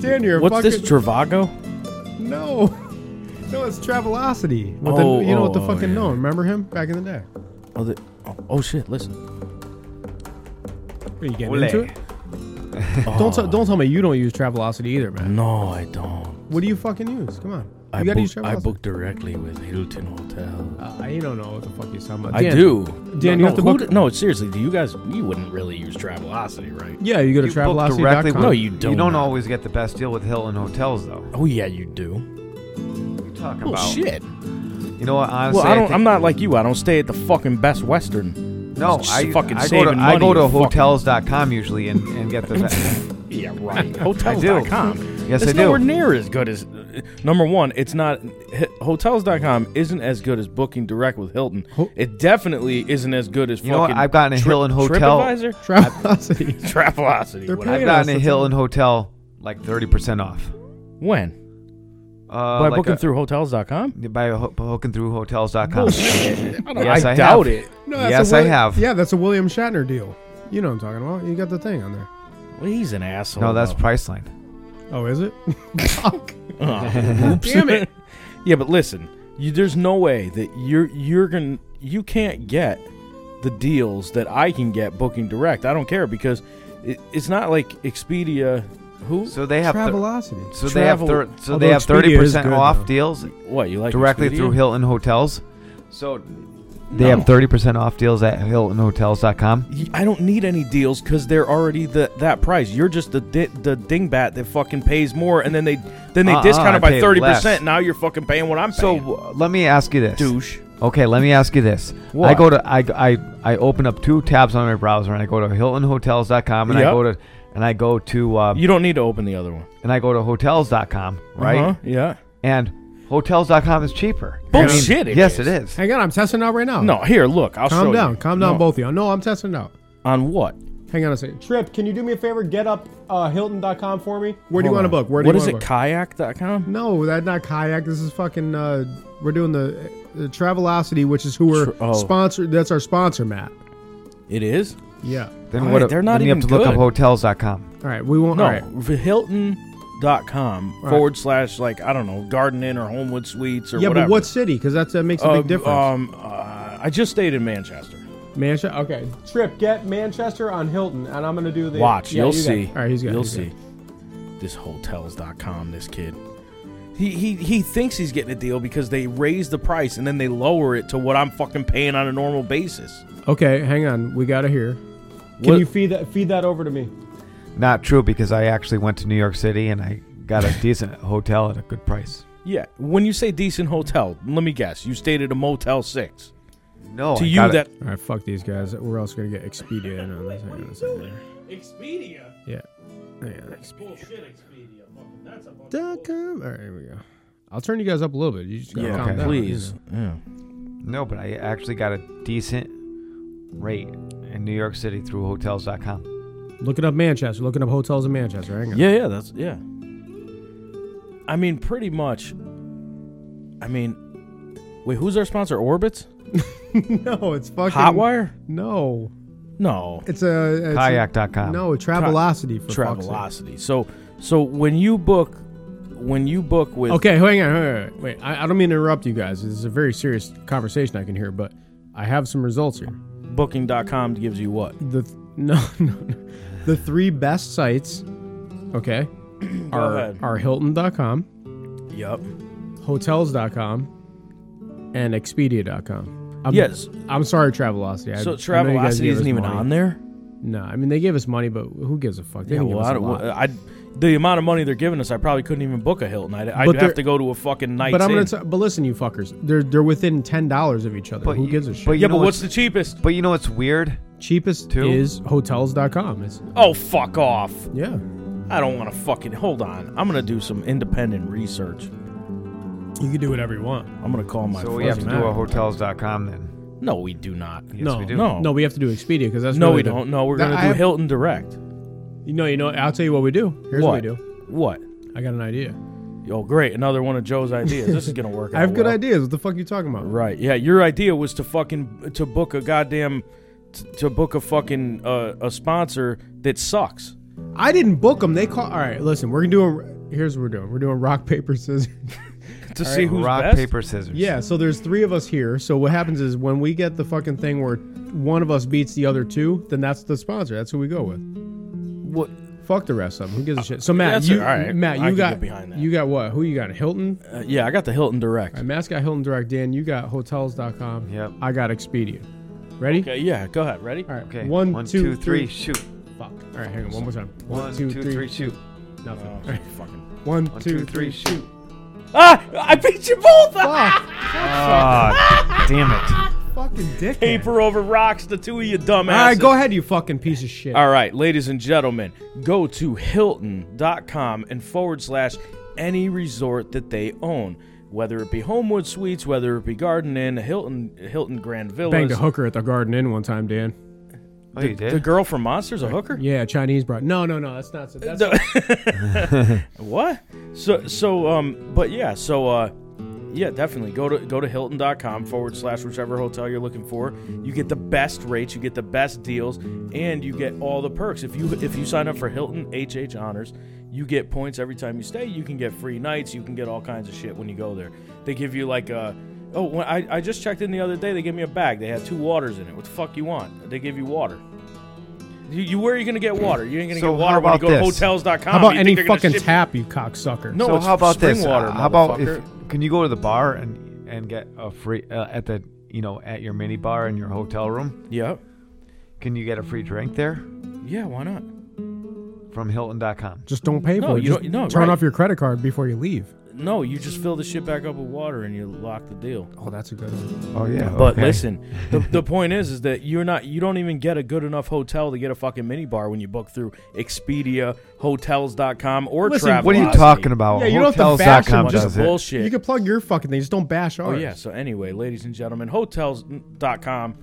[SPEAKER 1] Dan, you're a
[SPEAKER 3] What's
[SPEAKER 1] fucking...
[SPEAKER 3] this Travago?
[SPEAKER 1] No. No, it's Travelocity. With
[SPEAKER 3] Oh,
[SPEAKER 1] the, you know what the
[SPEAKER 3] oh,
[SPEAKER 1] fucking
[SPEAKER 3] yeah.
[SPEAKER 1] gnome. Remember him back in the day?
[SPEAKER 3] Oh, the, oh, oh shit! Listen.
[SPEAKER 1] Are you getting
[SPEAKER 2] Ole.
[SPEAKER 1] into it? Don't, t- don't tell me you don't use Travelocity either, man.
[SPEAKER 3] Mm-hmm.
[SPEAKER 6] No, I don't.
[SPEAKER 1] What do you fucking use? Come on.
[SPEAKER 6] I,
[SPEAKER 1] you gotta
[SPEAKER 6] book,
[SPEAKER 1] use
[SPEAKER 6] I
[SPEAKER 1] Travelocity.
[SPEAKER 6] book directly with Hilton Hotel.
[SPEAKER 1] Uh, I don't know what the fuck you're talking about.
[SPEAKER 3] I
[SPEAKER 1] Dan,
[SPEAKER 3] do.
[SPEAKER 1] Dan, you
[SPEAKER 3] no,
[SPEAKER 1] have to
[SPEAKER 3] who
[SPEAKER 1] book-
[SPEAKER 3] d- no, seriously. Do you guys? You wouldn't really use Travelocity, right?
[SPEAKER 1] Yeah, you go to
[SPEAKER 2] You book
[SPEAKER 1] Travelocity.com.
[SPEAKER 2] directly with-
[SPEAKER 3] No, you
[SPEAKER 2] You
[SPEAKER 3] don't.
[SPEAKER 2] don't always get the best deal with Hilton hotels, though.
[SPEAKER 3] Oh yeah, you do.
[SPEAKER 2] What are you talking
[SPEAKER 3] Oh
[SPEAKER 2] about?
[SPEAKER 3] shit.
[SPEAKER 2] You know what? Honestly,
[SPEAKER 3] Well, I don't.
[SPEAKER 2] think-
[SPEAKER 3] I'm not like you. I don't stay at the fucking Best Western.
[SPEAKER 2] No,
[SPEAKER 3] just
[SPEAKER 2] I,
[SPEAKER 3] fucking
[SPEAKER 2] I go
[SPEAKER 3] saving
[SPEAKER 2] to, I go
[SPEAKER 3] money,
[SPEAKER 2] to
[SPEAKER 3] you fucking-
[SPEAKER 2] hotels.com usually and, and get the best.
[SPEAKER 3] Yeah, right.
[SPEAKER 2] do.
[SPEAKER 3] Hotels.com.
[SPEAKER 2] Yes,
[SPEAKER 3] it's
[SPEAKER 2] I do.
[SPEAKER 3] nowhere near as good as. Number one, it's not. h- Hotels.com isn't as good as booking direct with Hilton.
[SPEAKER 1] Ho-
[SPEAKER 3] It definitely isn't as good as
[SPEAKER 2] You know what?
[SPEAKER 3] fucking.
[SPEAKER 2] I've gotten a Hilton hotel-
[SPEAKER 3] TripAdvisor?
[SPEAKER 1] Travelocity.
[SPEAKER 3] Travelocity.
[SPEAKER 1] They're
[SPEAKER 3] what
[SPEAKER 1] paying
[SPEAKER 2] I've
[SPEAKER 3] I-
[SPEAKER 1] us,
[SPEAKER 2] gotten a
[SPEAKER 1] that's
[SPEAKER 2] Hilton hotel like 30% off.
[SPEAKER 3] when?
[SPEAKER 2] Uh,
[SPEAKER 3] By
[SPEAKER 2] like
[SPEAKER 3] booking
[SPEAKER 2] a-
[SPEAKER 3] through Hotels.com?
[SPEAKER 2] By ho- booking through hotels.com.
[SPEAKER 3] I, don't-
[SPEAKER 2] Yes,
[SPEAKER 3] I
[SPEAKER 2] I
[SPEAKER 3] doubt
[SPEAKER 2] have.
[SPEAKER 3] it.
[SPEAKER 1] No, that's
[SPEAKER 2] Yes,
[SPEAKER 1] a
[SPEAKER 2] I
[SPEAKER 1] Willi-
[SPEAKER 2] have.
[SPEAKER 1] Yeah, that's a William Shatner deal. You know what I'm talking about. You got the thing on there.
[SPEAKER 3] Well, he's an asshole.
[SPEAKER 2] No, that's
[SPEAKER 3] though.
[SPEAKER 2] Priceline.
[SPEAKER 1] Oh, is it? Fuck.
[SPEAKER 3] Oh, oops.
[SPEAKER 1] Damn it.
[SPEAKER 3] yeah, but listen, you, there's no way that you're you're gonna you can't get the deals that I can get booking direct. I don't care because it, it's not like Expedia. Who?
[SPEAKER 2] So they have thir-
[SPEAKER 1] Travelocity.
[SPEAKER 2] so they have
[SPEAKER 3] Travel-
[SPEAKER 2] thir- so
[SPEAKER 1] Although
[SPEAKER 2] they have
[SPEAKER 1] Expedia
[SPEAKER 2] thirty
[SPEAKER 1] is
[SPEAKER 2] percent
[SPEAKER 1] good,
[SPEAKER 2] off
[SPEAKER 1] though.
[SPEAKER 2] deals
[SPEAKER 3] what you like
[SPEAKER 2] directly
[SPEAKER 3] Expedia?
[SPEAKER 2] through Hilton hotels. So they
[SPEAKER 3] No.
[SPEAKER 2] have thirty percent off deals at HiltonHotels.com.
[SPEAKER 3] Y- I don't need any deals because they're already the that price. You're just the di- the dingbat that fucking pays more, and then they then they
[SPEAKER 2] Uh-uh,
[SPEAKER 3] discount
[SPEAKER 2] I
[SPEAKER 3] it by
[SPEAKER 2] pay
[SPEAKER 3] thirty
[SPEAKER 2] less.
[SPEAKER 3] percent. Now you're fucking paying what I'm
[SPEAKER 2] So
[SPEAKER 3] paying.
[SPEAKER 2] w- let me ask you this.
[SPEAKER 3] douche.
[SPEAKER 2] Okay, let me ask you this. I
[SPEAKER 3] What?
[SPEAKER 2] go to I, I I open up two tabs on my browser and I go to HiltonHotels.com and I
[SPEAKER 3] Yep.
[SPEAKER 2] go to and I go to um,
[SPEAKER 3] You don't need to open the other one,
[SPEAKER 2] and I go to Hotels.com right
[SPEAKER 3] Uh-huh, yeah.
[SPEAKER 2] and Hotels.com is cheaper.
[SPEAKER 3] Bullshit. it
[SPEAKER 2] yes,
[SPEAKER 3] is.
[SPEAKER 2] it is.
[SPEAKER 1] Hang on, I'm testing out right now.
[SPEAKER 3] No, here, look. I'll show
[SPEAKER 1] Oh. Calm down.
[SPEAKER 3] you.
[SPEAKER 1] Calm down,
[SPEAKER 3] No.
[SPEAKER 1] both of you. No, I'm testing it out.
[SPEAKER 3] On what?
[SPEAKER 1] Hang on a second. Trip, can you do me a favor? Get up uh, Hilton.com for me. Where do you
[SPEAKER 3] Hold
[SPEAKER 1] want to
[SPEAKER 3] on.
[SPEAKER 1] book? Where do
[SPEAKER 3] What
[SPEAKER 1] you
[SPEAKER 3] is
[SPEAKER 1] want
[SPEAKER 3] it?
[SPEAKER 1] to book?
[SPEAKER 3] Kayak.com.
[SPEAKER 1] no, that's not kayak. This is fucking. Uh, we're doing the, the Travelocity, which is who we're
[SPEAKER 3] Tr- oh.
[SPEAKER 1] sponsor. That's our sponsor, Matt.
[SPEAKER 3] It is.
[SPEAKER 1] Yeah.
[SPEAKER 2] Then
[SPEAKER 3] All
[SPEAKER 2] what?
[SPEAKER 3] right,
[SPEAKER 2] if-
[SPEAKER 3] they're not
[SPEAKER 2] then you have to
[SPEAKER 3] even
[SPEAKER 2] look up
[SPEAKER 3] good.
[SPEAKER 2] Hotels.com.
[SPEAKER 1] All right, we won't.
[SPEAKER 3] No,
[SPEAKER 1] All right.
[SPEAKER 3] v- Hilton.com
[SPEAKER 1] Right.
[SPEAKER 3] forward slash like I don't know Garden Inn or Homewood Suites or
[SPEAKER 1] Yeah,
[SPEAKER 3] whatever.
[SPEAKER 1] but what city? Because that uh, makes a
[SPEAKER 3] Uh,
[SPEAKER 1] big difference.
[SPEAKER 3] Um, uh, I just stayed in Manchester.
[SPEAKER 1] Manchester. Okay, Trip, get Manchester on Hilton, and I'm gonna do the
[SPEAKER 3] Watch,
[SPEAKER 1] Yeah,
[SPEAKER 3] you'll
[SPEAKER 1] you got it.
[SPEAKER 3] see.
[SPEAKER 1] All right, he's got. it,
[SPEAKER 3] You'll
[SPEAKER 1] he's got
[SPEAKER 3] see.
[SPEAKER 1] it.
[SPEAKER 3] This hotels.com, this kid. He, he, he thinks he's getting a deal because they raise the price and then they lower it to what I'm fucking paying on a normal basis.
[SPEAKER 1] Okay, hang on. We got to hear. Can
[SPEAKER 3] What-
[SPEAKER 1] you feed that feed that over to me?
[SPEAKER 2] Not true because I actually went to New York City and I got a decent hotel at a good price.
[SPEAKER 3] Yeah. When you say decent hotel, let me guess, you stayed at a Motel 6.
[SPEAKER 2] No,
[SPEAKER 1] Oh,
[SPEAKER 3] to
[SPEAKER 2] I
[SPEAKER 3] you,
[SPEAKER 2] got it.
[SPEAKER 3] that.
[SPEAKER 1] All right, fuck these guys. We're also gonna get Expedia in on this. Hang on a second there.
[SPEAKER 3] Expedia?
[SPEAKER 1] Oh, Yeah. Hang on.
[SPEAKER 3] Bullshit, Expedia. Fucking, that's a bunch
[SPEAKER 1] Dot com. All right, here we go. I'll turn you guys up a little bit. You just gotta
[SPEAKER 3] Yeah,
[SPEAKER 1] calm
[SPEAKER 2] okay.
[SPEAKER 1] down.
[SPEAKER 3] please. Yeah.
[SPEAKER 2] No, but I actually got a decent rate in New York City through hotels.com.
[SPEAKER 1] Looking up Manchester. Looking up hotels in Manchester. Hang on.
[SPEAKER 3] Yeah, yeah, that's yeah. I mean, pretty much. I mean, wait, who's our sponsor? Orbitz,
[SPEAKER 1] no, it's fucking
[SPEAKER 3] Hotwire?
[SPEAKER 1] No,
[SPEAKER 3] No,
[SPEAKER 1] it's a it's a-
[SPEAKER 2] Kayak.com.
[SPEAKER 1] no, Travelocity for fuck's sake.
[SPEAKER 3] Travelocity. So, so when you book, when you book with,
[SPEAKER 1] Okay, hang on, hang on, wait. I, I don't mean to interrupt you guys. This is a very serious conversation I can hear, but I have some results here.
[SPEAKER 3] Booking.com gives you what?
[SPEAKER 1] The th- no, no, no. the three best sites, okay, are
[SPEAKER 3] ahead.
[SPEAKER 1] are Hilton.com,
[SPEAKER 3] Yep.
[SPEAKER 1] Hotels.com, and Expedia.com. I'm,
[SPEAKER 3] Yes.
[SPEAKER 1] I'm sorry, Travelocity. I-
[SPEAKER 3] So
[SPEAKER 1] I know you guys
[SPEAKER 3] Travelocity
[SPEAKER 1] gave us
[SPEAKER 3] isn't even
[SPEAKER 1] money.
[SPEAKER 3] on there.
[SPEAKER 1] No, I mean they gave us money, but who gives a fuck? They didn't give
[SPEAKER 3] well,
[SPEAKER 1] us
[SPEAKER 3] I
[SPEAKER 1] a
[SPEAKER 3] don't-
[SPEAKER 1] lot.
[SPEAKER 3] I- the amount of money they're giving us, I probably couldn't even book a Hilton. I'd, I'd
[SPEAKER 1] But
[SPEAKER 3] have
[SPEAKER 1] they're-
[SPEAKER 3] to go to a fucking night.
[SPEAKER 1] But I'm gonna. T- but listen, you fuckers, they're they're within ten dollars of each other.
[SPEAKER 2] But
[SPEAKER 1] Who
[SPEAKER 2] you-
[SPEAKER 1] gives a shit?
[SPEAKER 2] but you-
[SPEAKER 3] yeah,
[SPEAKER 2] know
[SPEAKER 3] but what's the
[SPEAKER 2] what's-
[SPEAKER 3] cheapest?
[SPEAKER 2] But you know what's weird?
[SPEAKER 1] Cheapest
[SPEAKER 2] Two?
[SPEAKER 1] is hotels.com. It's,
[SPEAKER 3] Oh, fuck off!
[SPEAKER 1] yeah,
[SPEAKER 3] I don't want to fucking hold on. I'm gonna do some independent research.
[SPEAKER 1] you can do whatever you want.
[SPEAKER 3] I'm gonna call my.
[SPEAKER 2] so we
[SPEAKER 3] fucking-
[SPEAKER 2] have to do
[SPEAKER 1] matter.
[SPEAKER 2] a hotels.com then.
[SPEAKER 3] no, we do not.
[SPEAKER 2] Yes,
[SPEAKER 1] no,
[SPEAKER 2] we do.
[SPEAKER 3] no.
[SPEAKER 1] no, we have to do Expedia because that's
[SPEAKER 3] No,
[SPEAKER 1] really
[SPEAKER 3] we
[SPEAKER 1] the-
[SPEAKER 3] don't. No, we're
[SPEAKER 1] That-
[SPEAKER 3] gonna
[SPEAKER 1] I
[SPEAKER 3] do
[SPEAKER 1] have-
[SPEAKER 3] Hilton Direct.
[SPEAKER 1] You know, you know. I'll tell you what we do. Here's what,
[SPEAKER 3] What?
[SPEAKER 1] we do.
[SPEAKER 3] What?
[SPEAKER 1] I got an idea.
[SPEAKER 3] Oh, great! Another one of Joe's ideas. This is gonna work. out
[SPEAKER 1] I have good
[SPEAKER 3] well.
[SPEAKER 1] ideas. What the fuck are you talking about?
[SPEAKER 3] Right. Yeah. Your idea was to fucking to book a goddamn t- to book a fucking uh, a sponsor that sucks.
[SPEAKER 1] I didn't book them. They call. All right, listen. We're gonna do. A, here's what we're doing. We're doing rock paper scissors.
[SPEAKER 3] to see who's
[SPEAKER 2] Rock,
[SPEAKER 3] best.
[SPEAKER 2] paper, scissors.
[SPEAKER 1] yeah. So there's three of us here. So what happens is when we get the fucking thing where one of us beats the other two, then that's the sponsor. That's who we go with.
[SPEAKER 3] What?
[SPEAKER 1] Fuck the rest of them. Who gives a shit? So Matt,
[SPEAKER 3] That's
[SPEAKER 1] you,
[SPEAKER 3] all right.
[SPEAKER 1] Matt,
[SPEAKER 3] I
[SPEAKER 1] you
[SPEAKER 3] can
[SPEAKER 1] got
[SPEAKER 3] get behind that.
[SPEAKER 1] you got what? Who you got? Hilton.
[SPEAKER 3] Uh, yeah, I got the Hilton Direct.
[SPEAKER 1] All right, Matt's got Hilton Direct. Dan, you got Hotels.com.
[SPEAKER 2] Yep.
[SPEAKER 1] I got Expedia. Ready?
[SPEAKER 3] Okay, yeah, go ahead. Ready?
[SPEAKER 1] All right.
[SPEAKER 2] Okay.
[SPEAKER 1] One,
[SPEAKER 2] One,
[SPEAKER 1] two,
[SPEAKER 2] two, three,
[SPEAKER 1] three.
[SPEAKER 2] shoot.
[SPEAKER 1] Fuck. All right, hang on. One more time.
[SPEAKER 2] One, two, three, shoot.
[SPEAKER 1] Nothing.
[SPEAKER 3] Oh,
[SPEAKER 1] All right.
[SPEAKER 3] fucking.
[SPEAKER 1] One,
[SPEAKER 2] One,
[SPEAKER 1] two, three.
[SPEAKER 2] shoot.
[SPEAKER 3] Ah! I beat you both!
[SPEAKER 1] Fuck.
[SPEAKER 2] Ah, damn it.
[SPEAKER 1] Fucking dickhead.
[SPEAKER 3] Paper over rocks, the two of you dumbasses.
[SPEAKER 1] All right, go ahead, you fucking piece of shit.
[SPEAKER 3] All right, ladies and gentlemen, go to hilton.com and forward slash any resort that they own. Whether it be Homewood Suites, whether it be Garden Inn, Hilton, Hilton Grand Villas.
[SPEAKER 1] Banged a hooker at the Garden Inn one time, Dan.
[SPEAKER 2] Oh, you did?
[SPEAKER 3] The girl from Monsters, a hooker?
[SPEAKER 1] Yeah, Chinese bro. No, no, no. That's not. That's
[SPEAKER 3] what? So so um but yeah, so uh yeah, definitely go to go to hilton.com forward slash whichever hotel you're looking for. You get the best rates, you get the best deals, and you get all the perks. If you if you sign up for Hilton HH Honors, you get points every time you stay. You can get free nights, you can get all kinds of shit when you go there. They give you like a Oh, when I, I just checked in the other day. They gave me a bag. They had two waters in it. What the fuck you want? They give you water. You, you where are you gonna get water? You ain't gonna
[SPEAKER 2] So
[SPEAKER 3] get
[SPEAKER 2] how
[SPEAKER 3] water when you
[SPEAKER 2] about
[SPEAKER 3] go to
[SPEAKER 2] this?
[SPEAKER 3] hotels.com.
[SPEAKER 1] how about
[SPEAKER 3] You
[SPEAKER 1] any
[SPEAKER 3] think they're gonna
[SPEAKER 1] fucking
[SPEAKER 3] ship-
[SPEAKER 1] tap, you cocksucker?
[SPEAKER 3] No,
[SPEAKER 2] so
[SPEAKER 3] it's
[SPEAKER 2] how about
[SPEAKER 3] spring
[SPEAKER 2] this?
[SPEAKER 3] water,
[SPEAKER 2] Uh, how about if
[SPEAKER 3] motherfucker.
[SPEAKER 2] can you go to the bar and and get a free uh, at the you know at your mini bar in your hotel room?
[SPEAKER 3] Yeah.
[SPEAKER 2] Can you get a free drink there
[SPEAKER 3] Yeah, why not?
[SPEAKER 2] from Hilton.com?
[SPEAKER 1] Just don't pay
[SPEAKER 3] No,
[SPEAKER 1] for it.
[SPEAKER 3] you
[SPEAKER 1] Just
[SPEAKER 3] don't- no,
[SPEAKER 1] turn
[SPEAKER 3] right.
[SPEAKER 1] off your credit card before you leave.
[SPEAKER 3] No, you just fill the shit back up with water and you lock the deal.
[SPEAKER 1] Oh, that's a good one.
[SPEAKER 2] Oh yeah,
[SPEAKER 3] But listen, the, the point is is that you're not you don't even get a good enough hotel to get a fucking mini bar when you book through Expedia, hotels.com or
[SPEAKER 1] Listen,
[SPEAKER 3] Travelocity.
[SPEAKER 2] what are you talking about?
[SPEAKER 1] Yeah, you don't have to bash
[SPEAKER 2] Hotels.com
[SPEAKER 1] them.
[SPEAKER 3] Just
[SPEAKER 2] does it.
[SPEAKER 3] bullshit.
[SPEAKER 1] You can plug your fucking thing. Just don't bash
[SPEAKER 3] Oh
[SPEAKER 1] ours.
[SPEAKER 3] yeah, so anyway, ladies and gentlemen, hotels.com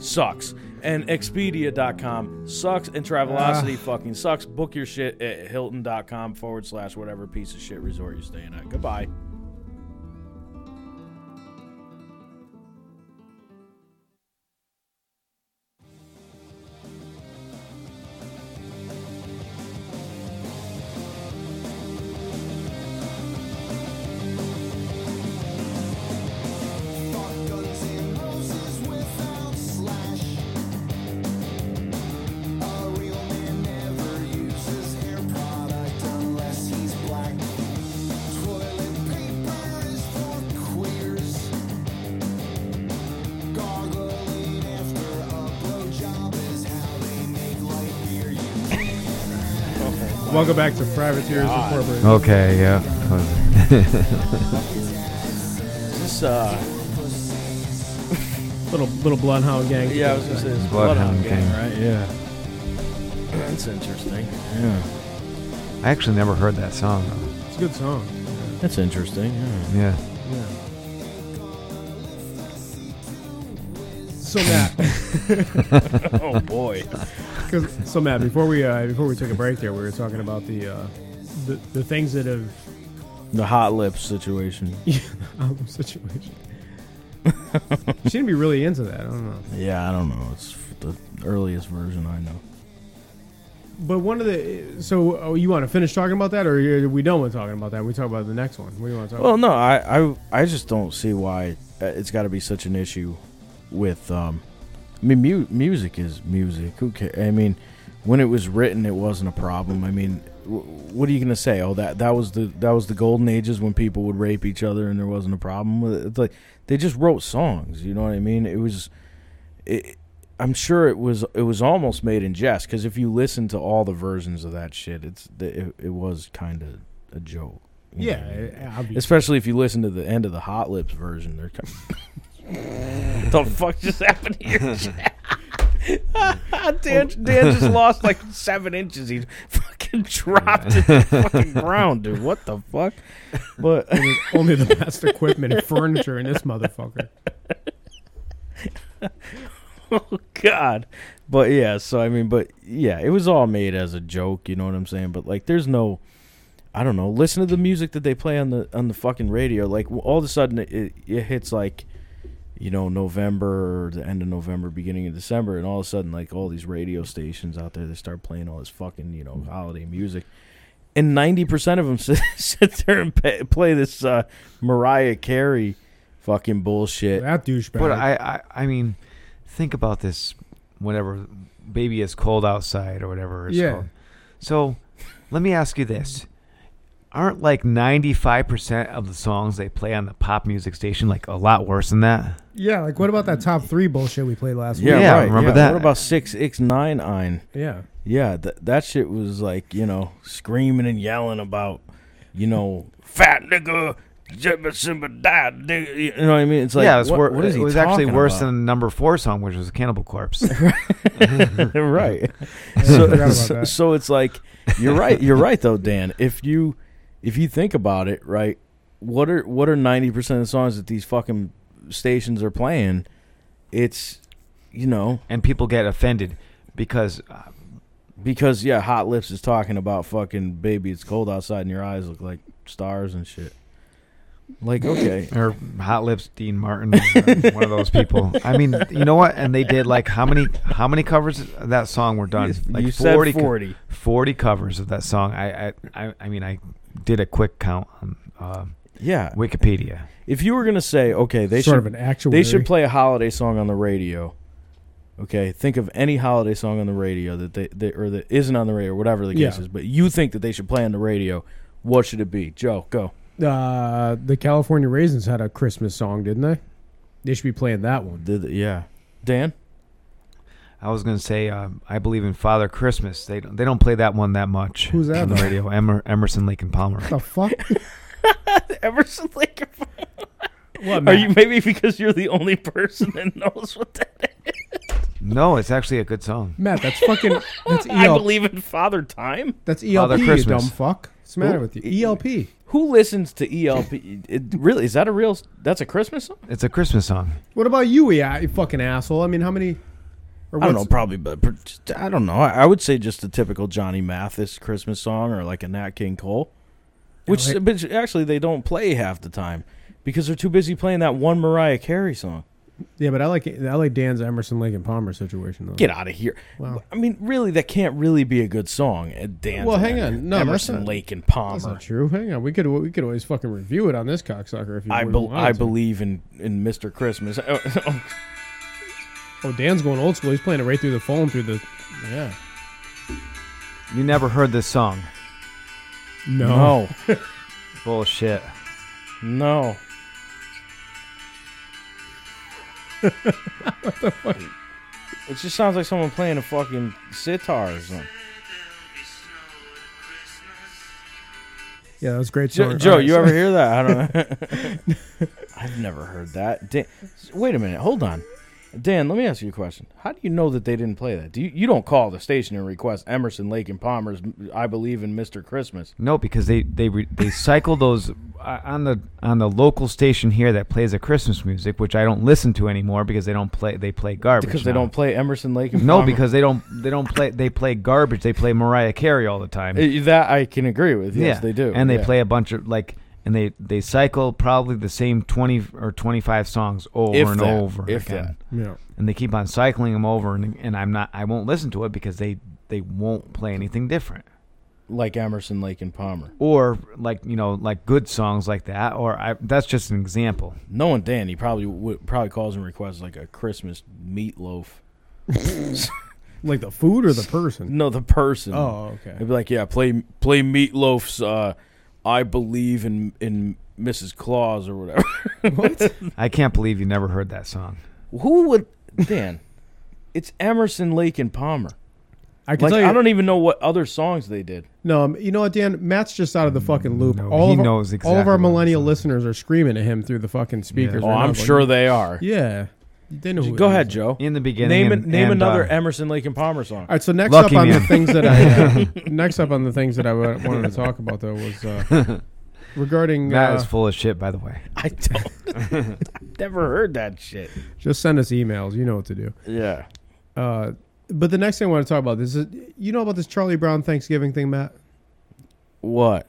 [SPEAKER 3] sucks and expedia.com sucks and Travelocity fucking sucks. Book your shit at hilton.com forward slash whatever piece of shit resort you're staying at. Goodbye.
[SPEAKER 1] Welcome back to Privateers Incorporated.
[SPEAKER 2] Okay, yeah.
[SPEAKER 3] Is this uh
[SPEAKER 1] Little little bloodhound gang.
[SPEAKER 3] yeah, I was gonna say this is
[SPEAKER 2] Bloodhound
[SPEAKER 3] Bloodhound Gang,
[SPEAKER 2] Gang.
[SPEAKER 3] right? Yeah. That's interesting. Yeah.
[SPEAKER 2] I actually never heard that song. Though.
[SPEAKER 1] It's a good song.
[SPEAKER 3] That's interesting. Yeah.
[SPEAKER 2] Yeah.
[SPEAKER 1] So Matt,
[SPEAKER 3] oh boy.
[SPEAKER 1] 'cause- so Matt, before we uh, before we took a break there, we were talking about the uh, the, the things that have
[SPEAKER 3] The hot lips situation.
[SPEAKER 1] album um, situation. she seemed to be really into that. I don't know.
[SPEAKER 3] Yeah, I don't know. It's the earliest version I know.
[SPEAKER 1] But one of the so oh, you want to finish talking about that, or are we done with talking about that? We talk about the next one. What do you want to talk?
[SPEAKER 3] Well, no, I, I, I just don't see why uh, it's got to be such an issue with. Um, I mean, mu- music is music. Who cares? I mean, when it was written, it wasn't a problem. I mean, w- what are you gonna say? Oh, that that was the that was the golden ages when people would rape each other and there wasn't a problem with it. It's like they just wrote songs. You know what I mean? It was, it, I'm sure it was it was almost made in jest because if you listen to all the versions of that shit, it's it, it was kind of a joke. you know what I mean?
[SPEAKER 1] Yeah, obviously.
[SPEAKER 3] Especially if you listen to the end of the Hot Lips version, they're kind the fuck just happened here? Dan, Dan just lost like seven inches. He fucking dropped to the fucking ground, dude. What the fuck? But
[SPEAKER 1] only the best equipment and furniture in this motherfucker.
[SPEAKER 3] oh god. But yeah, so I mean, but yeah, it was all made as a joke. You know what I'm saying? But like, there's no, I don't know. Listen to the music that they play on the on the fucking radio. Like all of a sudden, it, it, it hits like, you know, November or the end of November, beginning of December, and all of a sudden, like all these radio stations out there, they start playing all this fucking you know holiday music. And ninety percent of them sit, sit there and pa play this uh, Mariah Carey fucking bullshit.
[SPEAKER 1] That douchebag.
[SPEAKER 2] But I, I, I mean, think about this. Whatever, baby, it's cold outside or whatever it's
[SPEAKER 1] Yeah.
[SPEAKER 2] called. So, let me ask you this: Aren't like ninety-five percent of the songs they play on the pop music station like a lot worse than that?
[SPEAKER 1] yeah, like what about that top three bullshit we played last
[SPEAKER 3] Yeah,
[SPEAKER 1] week?
[SPEAKER 2] Yeah,
[SPEAKER 3] right.
[SPEAKER 2] remember
[SPEAKER 3] yeah.
[SPEAKER 2] that.
[SPEAKER 3] What about six x nine ein?
[SPEAKER 1] Yeah.
[SPEAKER 3] Yeah, th- that shit was like you know screaming and yelling about you know fat nigga. Jibba Simba died, nigga. You know what I mean? It's like
[SPEAKER 2] yeah, it's
[SPEAKER 3] what-
[SPEAKER 2] wor-
[SPEAKER 3] what is
[SPEAKER 2] it
[SPEAKER 3] he
[SPEAKER 2] was actually
[SPEAKER 3] talking
[SPEAKER 2] worse
[SPEAKER 3] about?
[SPEAKER 2] than the number four song, which was Cannibal Corpse.
[SPEAKER 3] right.
[SPEAKER 1] I forgot
[SPEAKER 3] so,
[SPEAKER 1] about
[SPEAKER 3] so,
[SPEAKER 1] that.
[SPEAKER 3] so it's like you're right. You're right though, Dan. If you if you think about it, right? What are what are ninety percent of the songs that these fucking stations are playing? It's you know
[SPEAKER 2] and people get offended because uh,
[SPEAKER 3] Because yeah, Hot Lips is talking about fucking baby. It's cold outside, and your eyes look like stars and shit. Like okay,
[SPEAKER 2] or Hot Lips Dean Martin, or one of those people. I mean, you know what? And they did like how many how many covers of that song were done? Like
[SPEAKER 3] you said forty.
[SPEAKER 2] co- 40 covers of that song. I I, I I mean, I did a quick count on uh,
[SPEAKER 3] Yeah,
[SPEAKER 2] Wikipedia.
[SPEAKER 3] if you were gonna say okay, they
[SPEAKER 1] Sort
[SPEAKER 3] should
[SPEAKER 1] of an actual.
[SPEAKER 3] they should play a holiday song on the radio. Okay, think of any holiday song on the radio that they, they or that isn't on the radio, whatever the case
[SPEAKER 1] Yeah.
[SPEAKER 3] is. But you think that they should play on the radio? What should it be? Joe, go.
[SPEAKER 1] Uh, the California Raisins had a Christmas song, didn't they? They should be playing that one.
[SPEAKER 3] Did yeah, Dan.
[SPEAKER 2] I was gonna say um, I believe in Father Christmas. They don't, they don't play that one that much
[SPEAKER 1] Who's that
[SPEAKER 2] on the
[SPEAKER 1] though?
[SPEAKER 2] radio. Emer- Emerson, Lake and Palmer.
[SPEAKER 1] The fuck?
[SPEAKER 3] Emerson Lake.
[SPEAKER 1] What,
[SPEAKER 3] Are
[SPEAKER 1] Matt?
[SPEAKER 3] you maybe because you're the only person that knows what that
[SPEAKER 2] No, it's actually a good song.
[SPEAKER 1] Matt, that's fucking. That's
[SPEAKER 3] I
[SPEAKER 1] ELP.
[SPEAKER 3] believe in Father Time.
[SPEAKER 1] That's
[SPEAKER 2] Father
[SPEAKER 1] ELP. You
[SPEAKER 2] Christmas.
[SPEAKER 1] dumb fuck. What's the matter with you? E ELP.
[SPEAKER 3] Who listens to ELP? It, really, is that a real? That's a Christmas song?
[SPEAKER 2] It's a Christmas song.
[SPEAKER 1] What about you, yeah, you fucking asshole? I mean, how many? Or
[SPEAKER 3] I don't know,
[SPEAKER 1] what's-
[SPEAKER 3] probably, but but just- I don't know. I, I would say just a typical Johnny Mathis Christmas song or like a Nat King Cole, which
[SPEAKER 1] Right.
[SPEAKER 3] but actually they don't play half the time because they're too busy playing that one Mariah Carey song.
[SPEAKER 1] Yeah, but I like I like Dan's Emerson, Lake, and Palmer situation though.
[SPEAKER 3] Get out of here!
[SPEAKER 1] Wow.
[SPEAKER 3] I mean, really, that can't really be a good song. uh, Dan,
[SPEAKER 1] Well, hang on. No, that's
[SPEAKER 3] Emerson
[SPEAKER 1] not-
[SPEAKER 3] Lake and
[SPEAKER 1] That's
[SPEAKER 3] Palmer.
[SPEAKER 1] not true. Hang on, we could we could always fucking review it on this cocksucker if you.
[SPEAKER 3] I
[SPEAKER 1] really
[SPEAKER 3] bel
[SPEAKER 1] wanted
[SPEAKER 3] I
[SPEAKER 1] to.
[SPEAKER 3] believe in in Mr. Christmas.
[SPEAKER 1] Oh, Dan's going old school. He's playing it right through the phone through the. Yeah.
[SPEAKER 2] You never heard this song.
[SPEAKER 3] no,
[SPEAKER 2] Bullshit.
[SPEAKER 3] no. It just sounds like someone playing a fucking sitar or something.
[SPEAKER 1] Yeah, that was a great.
[SPEAKER 3] Joe,
[SPEAKER 1] Song.
[SPEAKER 3] Joe
[SPEAKER 1] All right,
[SPEAKER 3] you
[SPEAKER 1] so-
[SPEAKER 3] ever hear that? I don't know. I've never heard that. Dan, wait a minute. Hold on. Dan, let me ask you a question. How do you know that they didn't play that? Do you, you don't call the station and request Emerson, Lake, and Palmer's I Believe in Mr. Christmas?
[SPEAKER 2] No, because they they re, they cycle those uh, on the on the local station here that plays the Christmas music, which I don't listen to anymore because they don't play they play garbage.
[SPEAKER 3] Because they
[SPEAKER 2] now.
[SPEAKER 3] don't play Emerson, Lake, and
[SPEAKER 2] No,
[SPEAKER 3] Palmer.
[SPEAKER 2] because they don't they don't play they play garbage. They play Mariah Carey all the time.
[SPEAKER 3] Uh, That I can agree with. Yes, they do.
[SPEAKER 2] And they
[SPEAKER 3] Yeah.
[SPEAKER 2] play a bunch of like and they they cycle probably the same twenty or twenty five songs over
[SPEAKER 3] If
[SPEAKER 2] and
[SPEAKER 3] that,
[SPEAKER 2] over
[SPEAKER 3] if
[SPEAKER 2] again.
[SPEAKER 3] that.
[SPEAKER 1] Yeah.
[SPEAKER 2] And they keep on cycling them over, and and I'm not I won't listen to it because they they won't play anything different.
[SPEAKER 3] like Emerson, Lake, and Palmer.
[SPEAKER 2] Or like you know like good songs like that. Or I that's just an example.
[SPEAKER 3] Knowing Dan, he probably would, probably calls and requests like a Christmas meatloaf.
[SPEAKER 1] Like the food or the person?
[SPEAKER 3] No, the person.
[SPEAKER 1] Oh, okay.
[SPEAKER 3] They'd be like, yeah, play play Meatloaf's uh, "I Believe in in Mrs. Claus" or whatever.
[SPEAKER 2] I can't believe you never heard that song.
[SPEAKER 3] Who would Dan? It's Emerson, Lake, and Palmer.
[SPEAKER 1] I can
[SPEAKER 3] Like
[SPEAKER 1] tell you.
[SPEAKER 3] I don't e-, even know what other songs they did.
[SPEAKER 1] no, um, you know what, Dan? Matt's just out of
[SPEAKER 3] Mm,
[SPEAKER 1] the fucking loop.
[SPEAKER 2] No,
[SPEAKER 1] all
[SPEAKER 2] he
[SPEAKER 1] of our,
[SPEAKER 2] knows
[SPEAKER 1] All of
[SPEAKER 2] exactly
[SPEAKER 1] our
[SPEAKER 2] what
[SPEAKER 1] millennial
[SPEAKER 2] I'm
[SPEAKER 1] listeners are screaming at him through the fucking speakers.
[SPEAKER 3] Oh,
[SPEAKER 1] right
[SPEAKER 3] I'm
[SPEAKER 1] now,
[SPEAKER 3] sure
[SPEAKER 1] Like,
[SPEAKER 3] they are.
[SPEAKER 1] yeah, they know. Who it
[SPEAKER 3] Go
[SPEAKER 1] is.
[SPEAKER 3] ahead, Joe.
[SPEAKER 2] In the beginning,
[SPEAKER 3] Name
[SPEAKER 2] and-
[SPEAKER 3] name
[SPEAKER 2] and,
[SPEAKER 3] another
[SPEAKER 2] uh,
[SPEAKER 3] Emerson, Lake, and Palmer song.
[SPEAKER 1] All right, so next
[SPEAKER 2] Lucky
[SPEAKER 1] up on the
[SPEAKER 2] man.
[SPEAKER 1] things that I uh, next up on the things that I wa- wanted to talk about though was uh, regarding
[SPEAKER 2] Matt
[SPEAKER 1] uh,
[SPEAKER 2] is full of shit, by the way.
[SPEAKER 3] I don't. I've never heard that shit.
[SPEAKER 1] just send us emails. You know what to do.
[SPEAKER 3] Yeah.
[SPEAKER 1] Uh, but the next thing I want to talk about is you know about this Charlie Brown Thanksgiving thing, Matt.
[SPEAKER 3] What?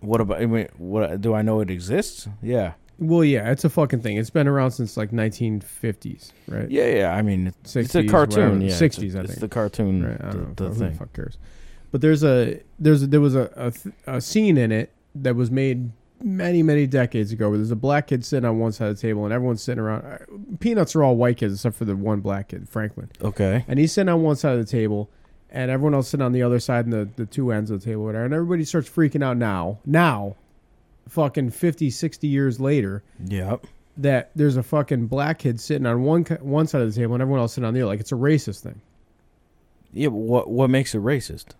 [SPEAKER 3] What about? I mean, what do I know? It exists. Yeah.
[SPEAKER 1] Well, yeah, it's a fucking thing. It's been around since like 1950s, right?
[SPEAKER 3] Yeah. Yeah. I mean, it's, it's
[SPEAKER 1] 60s,
[SPEAKER 3] a cartoon.
[SPEAKER 1] whatever.
[SPEAKER 3] Yeah.
[SPEAKER 1] 60s,
[SPEAKER 3] It's,
[SPEAKER 1] I
[SPEAKER 3] it's
[SPEAKER 1] think.
[SPEAKER 3] the cartoon.
[SPEAKER 1] right? I don't
[SPEAKER 3] the,
[SPEAKER 1] know.
[SPEAKER 3] the
[SPEAKER 1] Who the
[SPEAKER 3] thing.
[SPEAKER 1] fuck cares? But there's a there's a, there was a, a th- a scene in it that was made many many decades ago where there's a black kid sitting on one side of the table and everyone's sitting around. uh, Peanuts are all white kids except for the one black kid, Franklin,
[SPEAKER 3] Okay.
[SPEAKER 1] and he's sitting on one side of the table. And everyone else sitting on the other side and the, the two ends of the table, whatever. And everybody starts freaking out now, now, fucking 50, 60 years later,
[SPEAKER 3] Yep.
[SPEAKER 1] that there's a fucking black kid sitting on one ki- one side of the table and everyone else sitting on the other. Like it's a racist thing
[SPEAKER 3] Yeah. But what What makes it racist?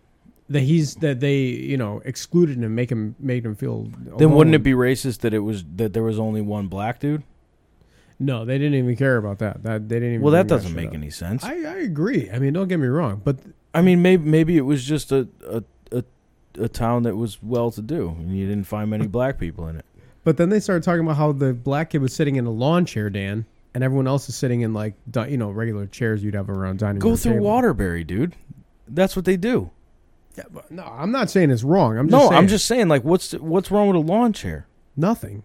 [SPEAKER 1] that he's that they you know excluded him, make him made him feel.
[SPEAKER 3] Then
[SPEAKER 1] alone.
[SPEAKER 3] wouldn't it be racist that it was that there was only one black dude?
[SPEAKER 1] No, they didn't even care about that. That they didn't. even
[SPEAKER 3] Well, that
[SPEAKER 1] bring
[SPEAKER 3] doesn't
[SPEAKER 1] shit
[SPEAKER 3] make
[SPEAKER 1] up.
[SPEAKER 3] any sense.
[SPEAKER 1] I,
[SPEAKER 3] I,
[SPEAKER 1] I agree. I mean, don't get me wrong, but
[SPEAKER 3] mean, maybe maybe it was just a a, a a town that was well to do, and you didn't find many black people in it.
[SPEAKER 1] but then they started talking about how the black kid was sitting in a lawn chair, Dan, and everyone else is sitting in like di- you know regular chairs you'd have around dining.
[SPEAKER 3] Go
[SPEAKER 1] room
[SPEAKER 3] through
[SPEAKER 1] table.
[SPEAKER 3] Waterbury, dude. That's what they do.
[SPEAKER 1] Yeah, but- no, I'm not saying it's wrong. I'm just
[SPEAKER 3] no, I'm
[SPEAKER 1] saying
[SPEAKER 3] just saying, like, what's what's wrong with a lawn chair?
[SPEAKER 1] nothing.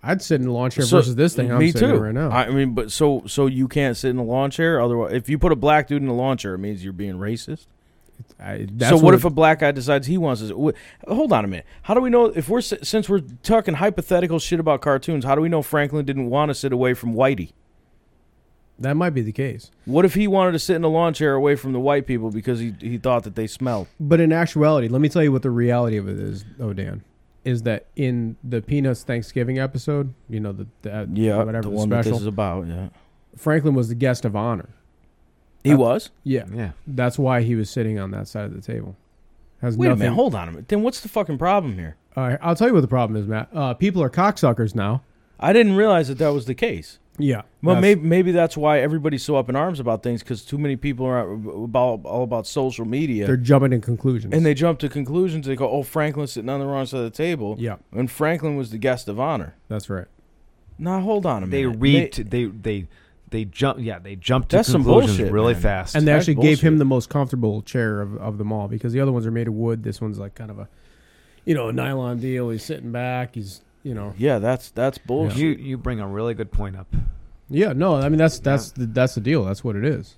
[SPEAKER 1] I'd sit in a lawn chair
[SPEAKER 3] So-
[SPEAKER 1] versus this thing. I'm
[SPEAKER 3] me
[SPEAKER 1] sitting in
[SPEAKER 3] too.
[SPEAKER 1] right now.
[SPEAKER 3] I mean, but so so you can't sit in a lawn chair. Otherwise, if you put a black dude in a lawn chair, it means you're being racist.
[SPEAKER 1] I- that's
[SPEAKER 3] so what, if a black guy decides he wants to? wh- Hold on a minute. How do we know if we're si- since we're talking hypothetical shit about cartoons? How do we know Franklin didn't want to sit away from Whitey?
[SPEAKER 1] that might be the case?
[SPEAKER 3] What if he wanted to sit in a lawn chair away from the white people because he he thought that they smelled?
[SPEAKER 1] But in actuality, let me tell you what the reality of it is, though, Dan, is that in the Peanuts Thanksgiving episode, you know, the, the uh, whatever the, special,
[SPEAKER 3] about. Yeah,
[SPEAKER 1] Franklin was the guest of honor.
[SPEAKER 3] he
[SPEAKER 1] Uh,
[SPEAKER 3] was.
[SPEAKER 1] Yeah,
[SPEAKER 2] Yeah.
[SPEAKER 1] that's why he was sitting on that side of the table. Has
[SPEAKER 3] Wait
[SPEAKER 1] nothing.
[SPEAKER 3] a minute. Hold on a minute. Then what's the fucking problem here?
[SPEAKER 1] All right, I'll tell you what the problem is, Matt. Uh, people are cocksuckers now.
[SPEAKER 3] I didn't realize that that was the case.
[SPEAKER 1] Yeah.
[SPEAKER 3] Well,
[SPEAKER 1] That's-
[SPEAKER 3] maybe maybe that's why everybody's so up in arms about things because too many people are about all about social media.
[SPEAKER 1] they're jumping to conclusions.
[SPEAKER 3] and they jump to conclusions. They go, "Oh, Franklin's sitting on the wrong side of the table."
[SPEAKER 1] yeah,
[SPEAKER 3] And Franklin was the guest of honor.
[SPEAKER 1] that's right.
[SPEAKER 3] Now hold on a
[SPEAKER 2] They
[SPEAKER 3] minute.
[SPEAKER 2] read. They, they they jump. Yeah, they jump to
[SPEAKER 3] That's some
[SPEAKER 2] conclusions
[SPEAKER 3] bullshit,
[SPEAKER 2] really
[SPEAKER 3] man.
[SPEAKER 2] fast.
[SPEAKER 1] And they
[SPEAKER 3] That's
[SPEAKER 1] actually gave him
[SPEAKER 3] bullshit.
[SPEAKER 1] the most comfortable chair of, of them all because the other ones are made of wood. This one's like kind of a, you know, a nylon deal. He's sitting back. He's, you know,
[SPEAKER 3] yeah, that's that's bullshit.
[SPEAKER 2] you you bring a really good point up.
[SPEAKER 1] Yeah, no, I mean that's that's the, that's the deal. That's what it is.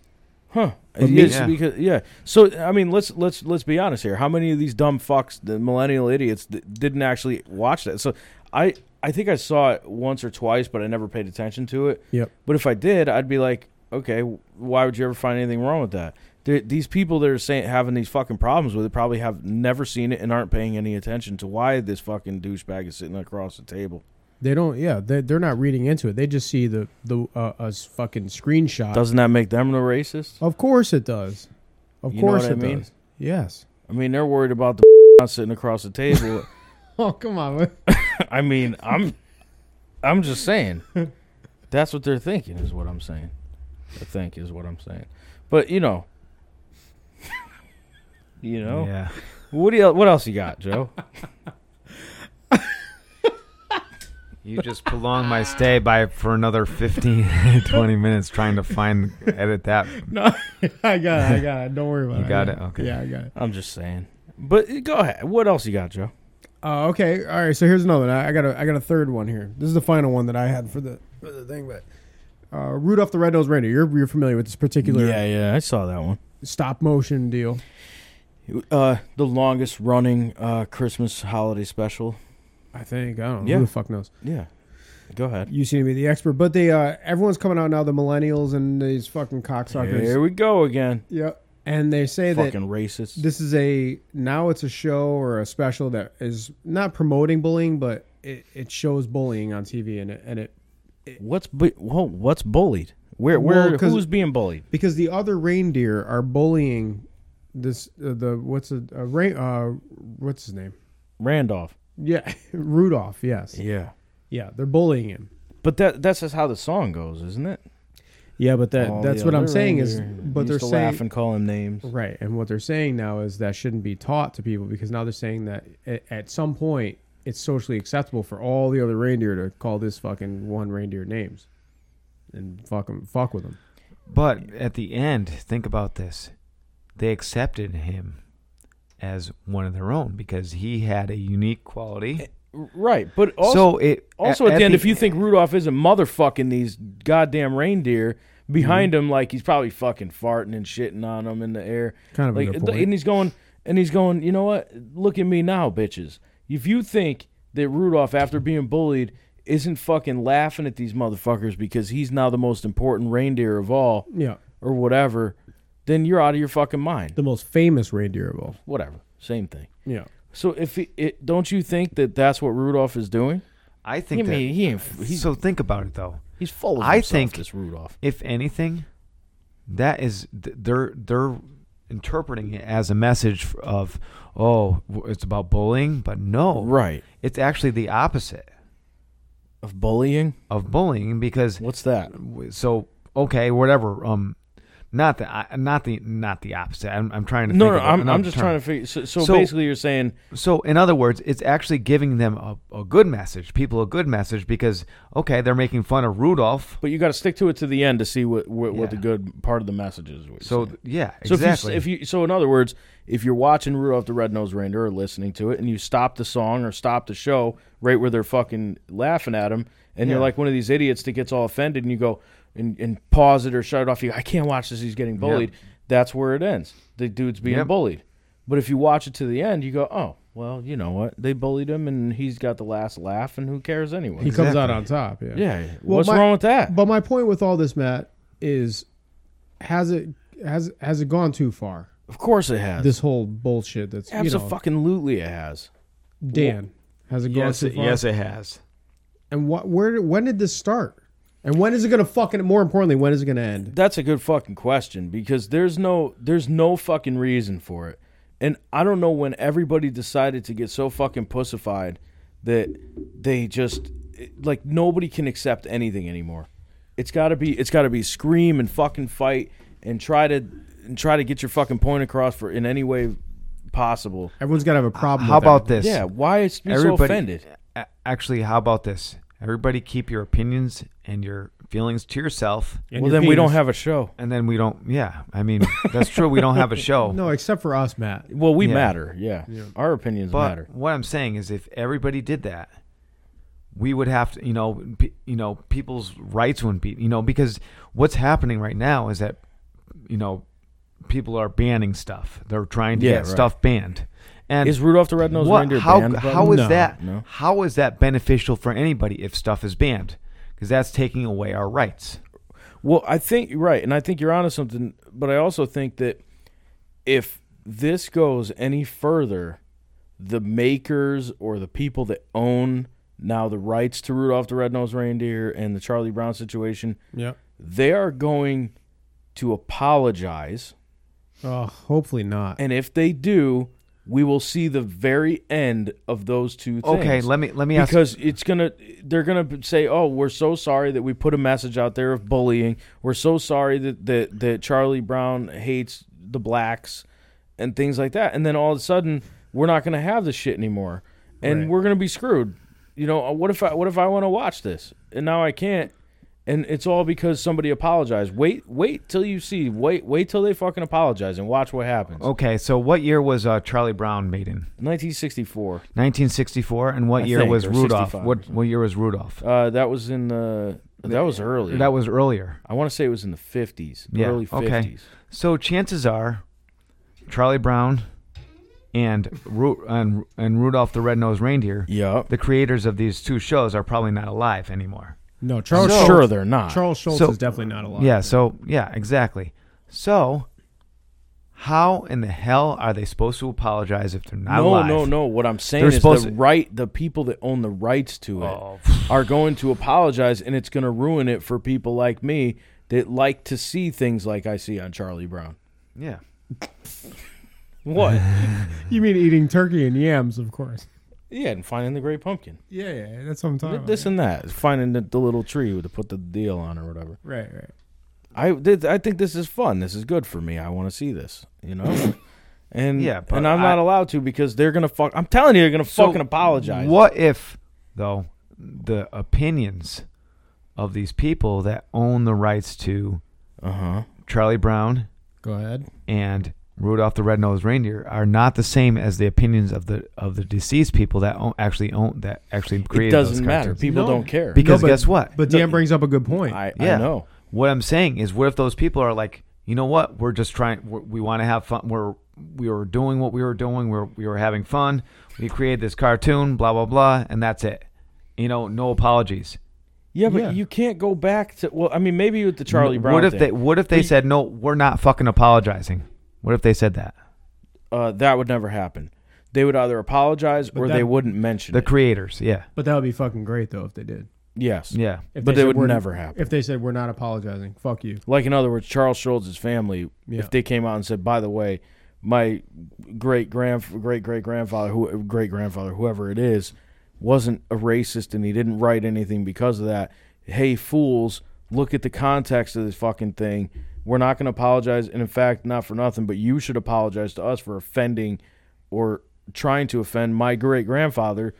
[SPEAKER 3] Huh?
[SPEAKER 1] But me-
[SPEAKER 3] Yes,
[SPEAKER 2] Yeah.
[SPEAKER 3] because yeah. So I mean, let's let's let's be honest here. How many of these dumb fucks, the millennial idiots, th- didn't actually watch that? So I I think I saw it once or twice, but I never paid attention to it.
[SPEAKER 1] Yep.
[SPEAKER 3] But if I did, I'd be like, okay, why would you ever find anything wrong with that? Th- These people that are saying having these fucking problems with it probably have never seen it and aren't paying any attention to why this fucking douchebag is sitting across the table.
[SPEAKER 1] They don't. Yeah, they they're not reading into it. They just see the the uh, a s- fucking screenshot.
[SPEAKER 3] Doesn't that make them the racist?
[SPEAKER 1] of course it does. Of
[SPEAKER 3] You know
[SPEAKER 1] course
[SPEAKER 3] what I
[SPEAKER 1] it
[SPEAKER 3] mean?
[SPEAKER 1] does. Yes.
[SPEAKER 3] I mean, they're worried about the sitting across the table.
[SPEAKER 1] Oh come on.
[SPEAKER 3] I mean, I'm, I'm just saying, that's what they're thinking is what I'm saying. I think is what I'm saying, but you know, you know,
[SPEAKER 2] Yeah.
[SPEAKER 3] what do you, what else you got, Joe?
[SPEAKER 2] You just prolonged my stay by for another 15, 20 minutes trying to find edit that.
[SPEAKER 1] no, I got it. I got it. Don't worry about
[SPEAKER 2] You
[SPEAKER 1] it. I
[SPEAKER 2] got it? Okay.
[SPEAKER 1] Yeah, I got it.
[SPEAKER 3] I'm just saying. But eh, go ahead. What else you got, Joe?
[SPEAKER 1] Uh, okay. All right. So here's another. One. I, I got a I got a third one here. This is the final one that I had for the for the thing. But uh, Rudolph the Red Nosed Reindeer. You're you're familiar with this particular
[SPEAKER 3] yeah, I saw that one.
[SPEAKER 1] stop motion deal.
[SPEAKER 3] Uh, the longest running uh, Christmas holiday special.
[SPEAKER 1] I think I don't know.
[SPEAKER 3] Yeah.
[SPEAKER 1] Who the fuck knows?
[SPEAKER 3] Yeah, go ahead.
[SPEAKER 1] You seem to be the expert, but they uh, everyone's coming out now. The millennials and these fucking cocksuckers.
[SPEAKER 3] Here we go again.
[SPEAKER 1] Yep. And they say that
[SPEAKER 3] Fucking racist.
[SPEAKER 1] this is a now it's a show or a special that is not promoting bullying, but it, it shows bullying on TV and it and it
[SPEAKER 3] What's bu- whoa, what's bullied? Where
[SPEAKER 1] Well,
[SPEAKER 3] where
[SPEAKER 1] 'cause-
[SPEAKER 3] who's being bullied?
[SPEAKER 1] because the other reindeer are bullying this uh, the what's a, a rain uh what's his name
[SPEAKER 3] Randolph.
[SPEAKER 1] yeah rudolph yes
[SPEAKER 3] Yeah.
[SPEAKER 1] yeah they're bullying him
[SPEAKER 3] But that that's just how the song goes, isn't it?
[SPEAKER 1] yeah but that
[SPEAKER 3] All
[SPEAKER 1] that's
[SPEAKER 3] the
[SPEAKER 1] what i'm
[SPEAKER 3] other
[SPEAKER 1] saying is
[SPEAKER 3] reindeer
[SPEAKER 1] but
[SPEAKER 3] used
[SPEAKER 1] they're
[SPEAKER 3] to
[SPEAKER 1] saying
[SPEAKER 3] laugh and call him names.
[SPEAKER 1] right and what they're saying now is that shouldn't be taught to people because now they're saying that at, at some point it's socially acceptable for all the other reindeer to call this fucking one reindeer names and fuck 'em- fuck with them
[SPEAKER 2] But at the end, think about this. They accepted him as one of their own because he had a unique quality.
[SPEAKER 3] Right, but Eh, also
[SPEAKER 2] so it
[SPEAKER 3] Also, at, the end, if you think Rudolph isn't motherfucking these goddamn reindeer behind
[SPEAKER 1] Mm-hmm.
[SPEAKER 3] him, like he's probably fucking farting and shitting on them in the air,
[SPEAKER 1] Kind of a
[SPEAKER 3] like,
[SPEAKER 1] good point.
[SPEAKER 3] and he's going, and he's going, you know what? Look at me now, bitches. If you think that Rudolph, after being bullied, isn't fucking laughing at these motherfuckers because he's now the most important reindeer of all,
[SPEAKER 1] yeah
[SPEAKER 3] or whatever, then you're out of your fucking mind.
[SPEAKER 1] the most famous reindeer of all
[SPEAKER 3] Whatever, same thing.
[SPEAKER 1] yeah
[SPEAKER 3] So if he, it, don't you think that that's what Rudolph is doing?
[SPEAKER 2] I
[SPEAKER 3] I
[SPEAKER 2] think that,
[SPEAKER 3] mean, he ain't, he's
[SPEAKER 2] so think about it though.
[SPEAKER 3] he's full of
[SPEAKER 2] I
[SPEAKER 3] himself,
[SPEAKER 2] think-
[SPEAKER 3] this Rudolph.
[SPEAKER 2] If anything, that is th- they're they're interpreting it as a message of oh w- it's about bullying, but no,
[SPEAKER 3] Right.
[SPEAKER 2] It's actually the opposite
[SPEAKER 3] Of bullying?
[SPEAKER 2] of bullying because
[SPEAKER 3] What's that?
[SPEAKER 2] so okay, whatever. Um, not the I- not the not the opposite. I'm, I'm trying to
[SPEAKER 3] No,
[SPEAKER 2] think
[SPEAKER 3] no,
[SPEAKER 2] of
[SPEAKER 3] I'm,
[SPEAKER 2] another
[SPEAKER 3] I'm just
[SPEAKER 2] term.
[SPEAKER 3] trying to figure. So, so,
[SPEAKER 2] So-
[SPEAKER 3] basically, you're saying
[SPEAKER 2] So, in other words, it's actually giving them a, a good message, people a good message, because, okay, they're making fun of Rudolph.
[SPEAKER 3] but you got to stick to it to the end to see what what, what the
[SPEAKER 2] Yeah.
[SPEAKER 3] good part of the message is. what you're
[SPEAKER 2] So,
[SPEAKER 3] saying.
[SPEAKER 2] yeah,
[SPEAKER 3] so
[SPEAKER 2] exactly.
[SPEAKER 3] if you if you so in other words, if you're watching Rudolph the Red-Nosed Reindeer or listening to it, and you stop the song or stop the show right where they're fucking laughing at him, and you're
[SPEAKER 2] Yeah.
[SPEAKER 3] like one of these idiots that gets all offended, and you go and, and pause it or shut it off. You, go, I can't watch this. He's getting bullied. That's where it ends. The dude's being
[SPEAKER 2] Yep.
[SPEAKER 3] bullied. But if you watch it to the end, you go, oh. Well, you know what? They bullied him, and he's got the last laugh, and who cares anyway?
[SPEAKER 1] he comes out
[SPEAKER 2] Exactly.
[SPEAKER 1] on top yeah
[SPEAKER 3] Yeah.
[SPEAKER 1] Well,
[SPEAKER 3] What's
[SPEAKER 1] my-
[SPEAKER 3] wrong with that?
[SPEAKER 1] But my point with all this, Matt, is has it has has it gone too far?
[SPEAKER 3] of course it has.
[SPEAKER 1] This whole bullshit that's you know,
[SPEAKER 3] Absolutely, it has.
[SPEAKER 1] Dan has it gone too far?
[SPEAKER 2] it has.
[SPEAKER 1] And what where did- when did this start? And when is it gonna fucking? More importantly, when is it gonna end?
[SPEAKER 3] That's a good fucking question because there's no there's no fucking reason for it. And I don't know when everybody decided to get so fucking pussified that they just like nobody can accept anything anymore. It's got to be it's got to be scream and fucking fight and try to and try to get your fucking point across for in any way possible.
[SPEAKER 1] Everyone's gotta have a problem.
[SPEAKER 2] How
[SPEAKER 1] with
[SPEAKER 2] about
[SPEAKER 1] that.
[SPEAKER 2] this?
[SPEAKER 3] Yeah, why is be so
[SPEAKER 2] Everybody,
[SPEAKER 3] offended?
[SPEAKER 2] a- Actually, how about this? Everybody keep your opinions and your feelings to yourself.
[SPEAKER 1] And
[SPEAKER 3] Well,
[SPEAKER 1] your
[SPEAKER 3] then we don't
[SPEAKER 1] penis.
[SPEAKER 3] have a show.
[SPEAKER 2] And then we don't, yeah. I mean, that's true. We don't have a show.
[SPEAKER 1] no, except for us, Matt.
[SPEAKER 3] Well, we
[SPEAKER 2] Yeah.
[SPEAKER 3] matter. Yeah. Our opinions
[SPEAKER 2] But
[SPEAKER 3] matter.
[SPEAKER 2] what I'm saying is, if everybody did that, we would have to, you know, pe you know, people's rights wouldn't be, you know, because what's happening right now is that, you know, people are banning stuff. They're trying to
[SPEAKER 3] Yeah,
[SPEAKER 2] get
[SPEAKER 3] right.
[SPEAKER 2] stuff banned. And
[SPEAKER 3] Is Rudolph the Red-Nosed
[SPEAKER 2] what-
[SPEAKER 3] Reindeer
[SPEAKER 2] how,
[SPEAKER 3] banned, bud?
[SPEAKER 2] How is
[SPEAKER 1] No.
[SPEAKER 2] that?
[SPEAKER 3] No.
[SPEAKER 2] How is that beneficial for anybody if stuff is banned? Because that's taking away our rights.
[SPEAKER 3] Well, I think right, and I think you're onto something. But I also think that if this goes any further, the makers or the people that own now the rights to Rudolph the Red-Nosed Reindeer and the Charlie Brown situation,
[SPEAKER 1] Yeah.
[SPEAKER 3] they are going to apologize.
[SPEAKER 1] Oh, hopefully not.
[SPEAKER 3] And if they do, we will see the very end of those two things.
[SPEAKER 2] Okay, let me let me ask.
[SPEAKER 3] because it's gonna they're gonna say oh we're so sorry that we put a message out there of bullying we're so sorry that that, that charlie brown hates the blacks and things like that and then all of a sudden we're not gonna have this shit anymore and
[SPEAKER 1] Right.
[SPEAKER 3] we're gonna be screwed you know uh, what if i what if i want to watch this and now i can't and it's all because somebody apologized wait wait till you see wait wait till they fucking apologize and watch what happens
[SPEAKER 2] Okay, so what year was uh, Charlie Brown made in?
[SPEAKER 3] 1964
[SPEAKER 2] 1964, and what
[SPEAKER 3] I
[SPEAKER 2] year
[SPEAKER 3] think,
[SPEAKER 2] was
[SPEAKER 3] or
[SPEAKER 2] Rudolph?
[SPEAKER 3] 65
[SPEAKER 2] What what year was Rudolph?
[SPEAKER 3] uh, that was in the that was early
[SPEAKER 2] That was earlier.
[SPEAKER 3] I want to say it was in the 50s,
[SPEAKER 2] Yeah,
[SPEAKER 3] early 50s.
[SPEAKER 2] okay. So chances are, Charlie Brown and Ru- and, and Rudolph the Red-Nosed Reindeer,
[SPEAKER 3] Yeah.
[SPEAKER 2] the creators of these two shows, are probably not alive anymore.
[SPEAKER 1] no, Charles.
[SPEAKER 3] I'm
[SPEAKER 1] Schultz,
[SPEAKER 3] sure they're not.
[SPEAKER 1] Charles Schultz
[SPEAKER 2] So-
[SPEAKER 1] is definitely not alive.
[SPEAKER 2] Yeah. So yeah, exactly. So how in the hell are they supposed to apologize if they're not
[SPEAKER 3] no,
[SPEAKER 2] alive?
[SPEAKER 3] no, no. What I'm saying
[SPEAKER 2] They're
[SPEAKER 3] is
[SPEAKER 2] supposed
[SPEAKER 3] the
[SPEAKER 2] to-
[SPEAKER 3] right, the people that own the rights to it
[SPEAKER 2] Oh.
[SPEAKER 3] are going to apologize, and it's going to ruin it for people like me that like to see things like I see on Charlie Brown.
[SPEAKER 2] Yeah.
[SPEAKER 3] What?
[SPEAKER 1] You mean eating turkey and yams, of course.
[SPEAKER 3] yeah, and finding the great pumpkin.
[SPEAKER 1] Yeah, Oh, yeah, that's what I'm talking
[SPEAKER 3] This and that. Finding the, the little tree to put the deal on or whatever.
[SPEAKER 1] right, right.
[SPEAKER 3] I did, I think this is fun. This is good for me. I want to see this. You know. And
[SPEAKER 2] Yeah, but
[SPEAKER 3] and I'm not
[SPEAKER 2] I-
[SPEAKER 3] allowed to because they're gonna fuck. I'm telling you, they're gonna
[SPEAKER 2] So
[SPEAKER 3] fucking apologize.
[SPEAKER 2] What if, though, the opinions of these people that own the rights to
[SPEAKER 3] Uh huh.
[SPEAKER 2] Charlie Brown
[SPEAKER 1] Go ahead.
[SPEAKER 2] and Rudolph the Red-Nosed Reindeer are not the same as the opinions of the of the deceased people that own, actually own that actually
[SPEAKER 3] It
[SPEAKER 2] created those
[SPEAKER 3] doesn't matter.
[SPEAKER 2] cartoons.
[SPEAKER 3] People
[SPEAKER 1] No.
[SPEAKER 3] don't care.
[SPEAKER 2] Because
[SPEAKER 1] No, but-
[SPEAKER 2] guess what?
[SPEAKER 1] But Dan brings up a good point.
[SPEAKER 3] I,
[SPEAKER 2] Yeah.
[SPEAKER 3] I know.
[SPEAKER 2] What I'm saying is, what if those people are like, you know what? We're just trying. We're, we want to have fun. We're we were doing what we were doing. We're we were having fun. We created this cartoon. Blah blah blah, and that's it. You know, no apologies.
[SPEAKER 3] Yeah, but
[SPEAKER 1] Yeah.
[SPEAKER 3] you can't go back to. Well, I mean, maybe with the Charlie Brown.
[SPEAKER 2] What if
[SPEAKER 3] thing,
[SPEAKER 2] they What if they said no? We're not fucking apologizing. What if they said that?
[SPEAKER 3] uh, that would never happen. They would either apologize or
[SPEAKER 1] that-
[SPEAKER 3] they wouldn't mention
[SPEAKER 2] The
[SPEAKER 3] it.
[SPEAKER 2] creators, yeah,
[SPEAKER 1] but that would be fucking great though if they did.
[SPEAKER 3] yes.
[SPEAKER 2] yeah,
[SPEAKER 1] If
[SPEAKER 3] But
[SPEAKER 1] they
[SPEAKER 3] it
[SPEAKER 1] said,
[SPEAKER 3] would
[SPEAKER 1] "We're-
[SPEAKER 3] never happen.
[SPEAKER 1] If they said we're not apologizing, fuck you.
[SPEAKER 3] Like in other words, Charles Schulz's family,
[SPEAKER 1] Yeah.
[SPEAKER 3] if they came out and said, "By the way, my great grand great great grandfather, who great grandfather, whoever it is, wasn't a racist and he didn't write anything because of that." Hey, fools! Look at the context of this fucking thing. We're not going to apologize, and in fact, not for nothing, but you should apologize to us for offending or trying to offend my great grandfather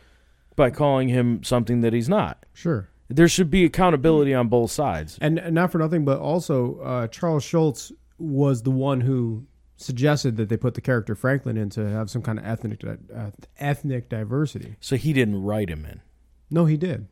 [SPEAKER 3] by calling him something that he's not.
[SPEAKER 1] Sure.
[SPEAKER 3] There should be accountability on both sides.
[SPEAKER 1] And and not for nothing, but also uh, Charles Schultz was the one who suggested that they put the character Franklin in to have some kind of ethnic di- uh, ethnic diversity.
[SPEAKER 3] So he didn't write him in.
[SPEAKER 1] No, he did.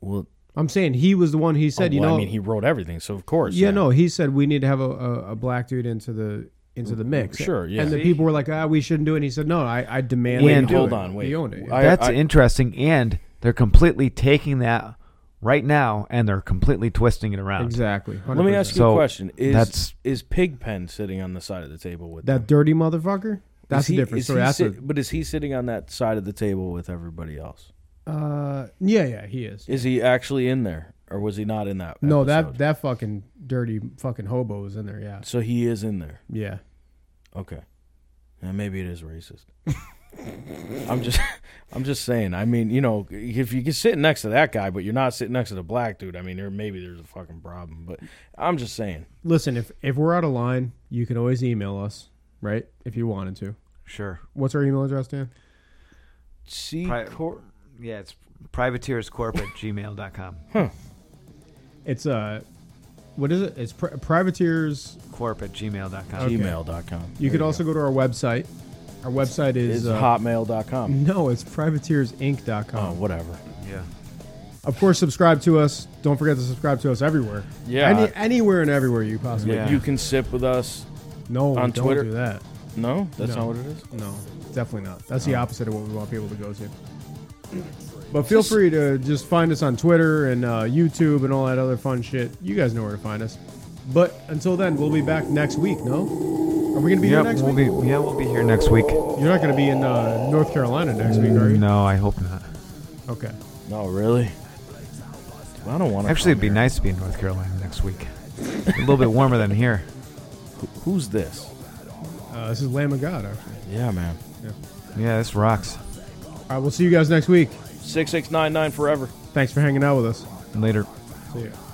[SPEAKER 3] Well,
[SPEAKER 1] I'm saying he was the one. He said,
[SPEAKER 3] oh,
[SPEAKER 1] you
[SPEAKER 3] well,
[SPEAKER 1] know,
[SPEAKER 3] I mean, he wrote everything, so of course.
[SPEAKER 1] yeah, no, he said we need to have a, a, a black dude into the into the mix.
[SPEAKER 3] Sure, yeah.
[SPEAKER 1] And the
[SPEAKER 3] See?
[SPEAKER 1] people were like, ah, we shouldn't do it. And he said, no, I, I demand.
[SPEAKER 2] Wait,
[SPEAKER 1] that you do
[SPEAKER 3] hold
[SPEAKER 1] it."
[SPEAKER 3] on, wait.
[SPEAKER 1] He owned it.
[SPEAKER 3] I-
[SPEAKER 2] that's interesting. And they're completely taking that right now, and they're completely twisting it around.
[SPEAKER 1] exactly.
[SPEAKER 3] Let me ask you a
[SPEAKER 2] So,
[SPEAKER 3] question: Is
[SPEAKER 2] that's-
[SPEAKER 3] is Pigpen sitting on the side of the table with them?
[SPEAKER 1] that dirty motherfucker. That's
[SPEAKER 3] Is he-
[SPEAKER 1] a different
[SPEAKER 3] is
[SPEAKER 1] story.
[SPEAKER 3] he
[SPEAKER 1] That's a-
[SPEAKER 3] sit- but is he sitting on that side of the table with everybody else?
[SPEAKER 1] uh, yeah, yeah, he is.
[SPEAKER 3] Is he actually in there, or was he not in that?
[SPEAKER 1] No,
[SPEAKER 3] episode?
[SPEAKER 1] that that fucking dirty fucking hobo is in there. Yeah,
[SPEAKER 3] So he is in there.
[SPEAKER 1] yeah.
[SPEAKER 3] Okay, and maybe it is racist. I'm just, I'm just saying. I mean, you know, if you can sit next to that guy, but you're not sitting next to the black dude, I mean, there maybe there's a fucking problem. But I'm just saying.
[SPEAKER 1] Listen, if if we're out of line, you can always email us, right? If you wanted to.
[SPEAKER 2] Sure.
[SPEAKER 1] What's our email address, Dan?
[SPEAKER 3] See,
[SPEAKER 2] Pri-
[SPEAKER 3] Cor-
[SPEAKER 2] Yeah, it's privateerscorp at gmail.com.
[SPEAKER 1] It's uh, what is it? It's pri- privateers.
[SPEAKER 2] Corp at gmail.com.
[SPEAKER 3] gmail.com.
[SPEAKER 1] You could also go. to our website. Our website is,
[SPEAKER 3] is
[SPEAKER 1] uh,
[SPEAKER 3] hotmail.com.
[SPEAKER 1] No, it's privateersinc.com.
[SPEAKER 3] Oh, whatever.
[SPEAKER 2] Yeah.
[SPEAKER 1] Of course, subscribe to us. Don't forget to subscribe to us everywhere.
[SPEAKER 3] Yeah.
[SPEAKER 1] Any, anywhere and everywhere you possibly.
[SPEAKER 2] Yeah.
[SPEAKER 3] You can sip with us.
[SPEAKER 1] No,
[SPEAKER 3] On
[SPEAKER 1] don't
[SPEAKER 3] Twitter?
[SPEAKER 1] do that.
[SPEAKER 3] No, that's
[SPEAKER 1] No.
[SPEAKER 3] not what it is.
[SPEAKER 1] No, definitely not. That's the opposite of what we want people to go to. But feel free to just find us on Twitter and uh, YouTube and all that other fun shit. You guys know where to find us. But until then, we'll be back next week. No, are we going to be
[SPEAKER 2] Yeah,
[SPEAKER 1] here next
[SPEAKER 2] we'll
[SPEAKER 1] week?
[SPEAKER 2] be yeah, we'll be here next week.
[SPEAKER 1] You're not going to be in uh, North Carolina next week, are you?
[SPEAKER 2] No, I hope not.
[SPEAKER 1] Okay.
[SPEAKER 3] No, really. Well, I don't want to.
[SPEAKER 2] Actually, it'd be nice to be in North Carolina next week. A little bit warmer than here.
[SPEAKER 3] Who's this?
[SPEAKER 1] Uh, this is Lamb of God. Actually.
[SPEAKER 3] Yeah, man.
[SPEAKER 2] Yeah, this rocks.
[SPEAKER 1] All right. We'll see you guys next week.
[SPEAKER 3] Six six nine nine forever.
[SPEAKER 1] Thanks for hanging out with us.
[SPEAKER 2] Later.
[SPEAKER 1] See ya.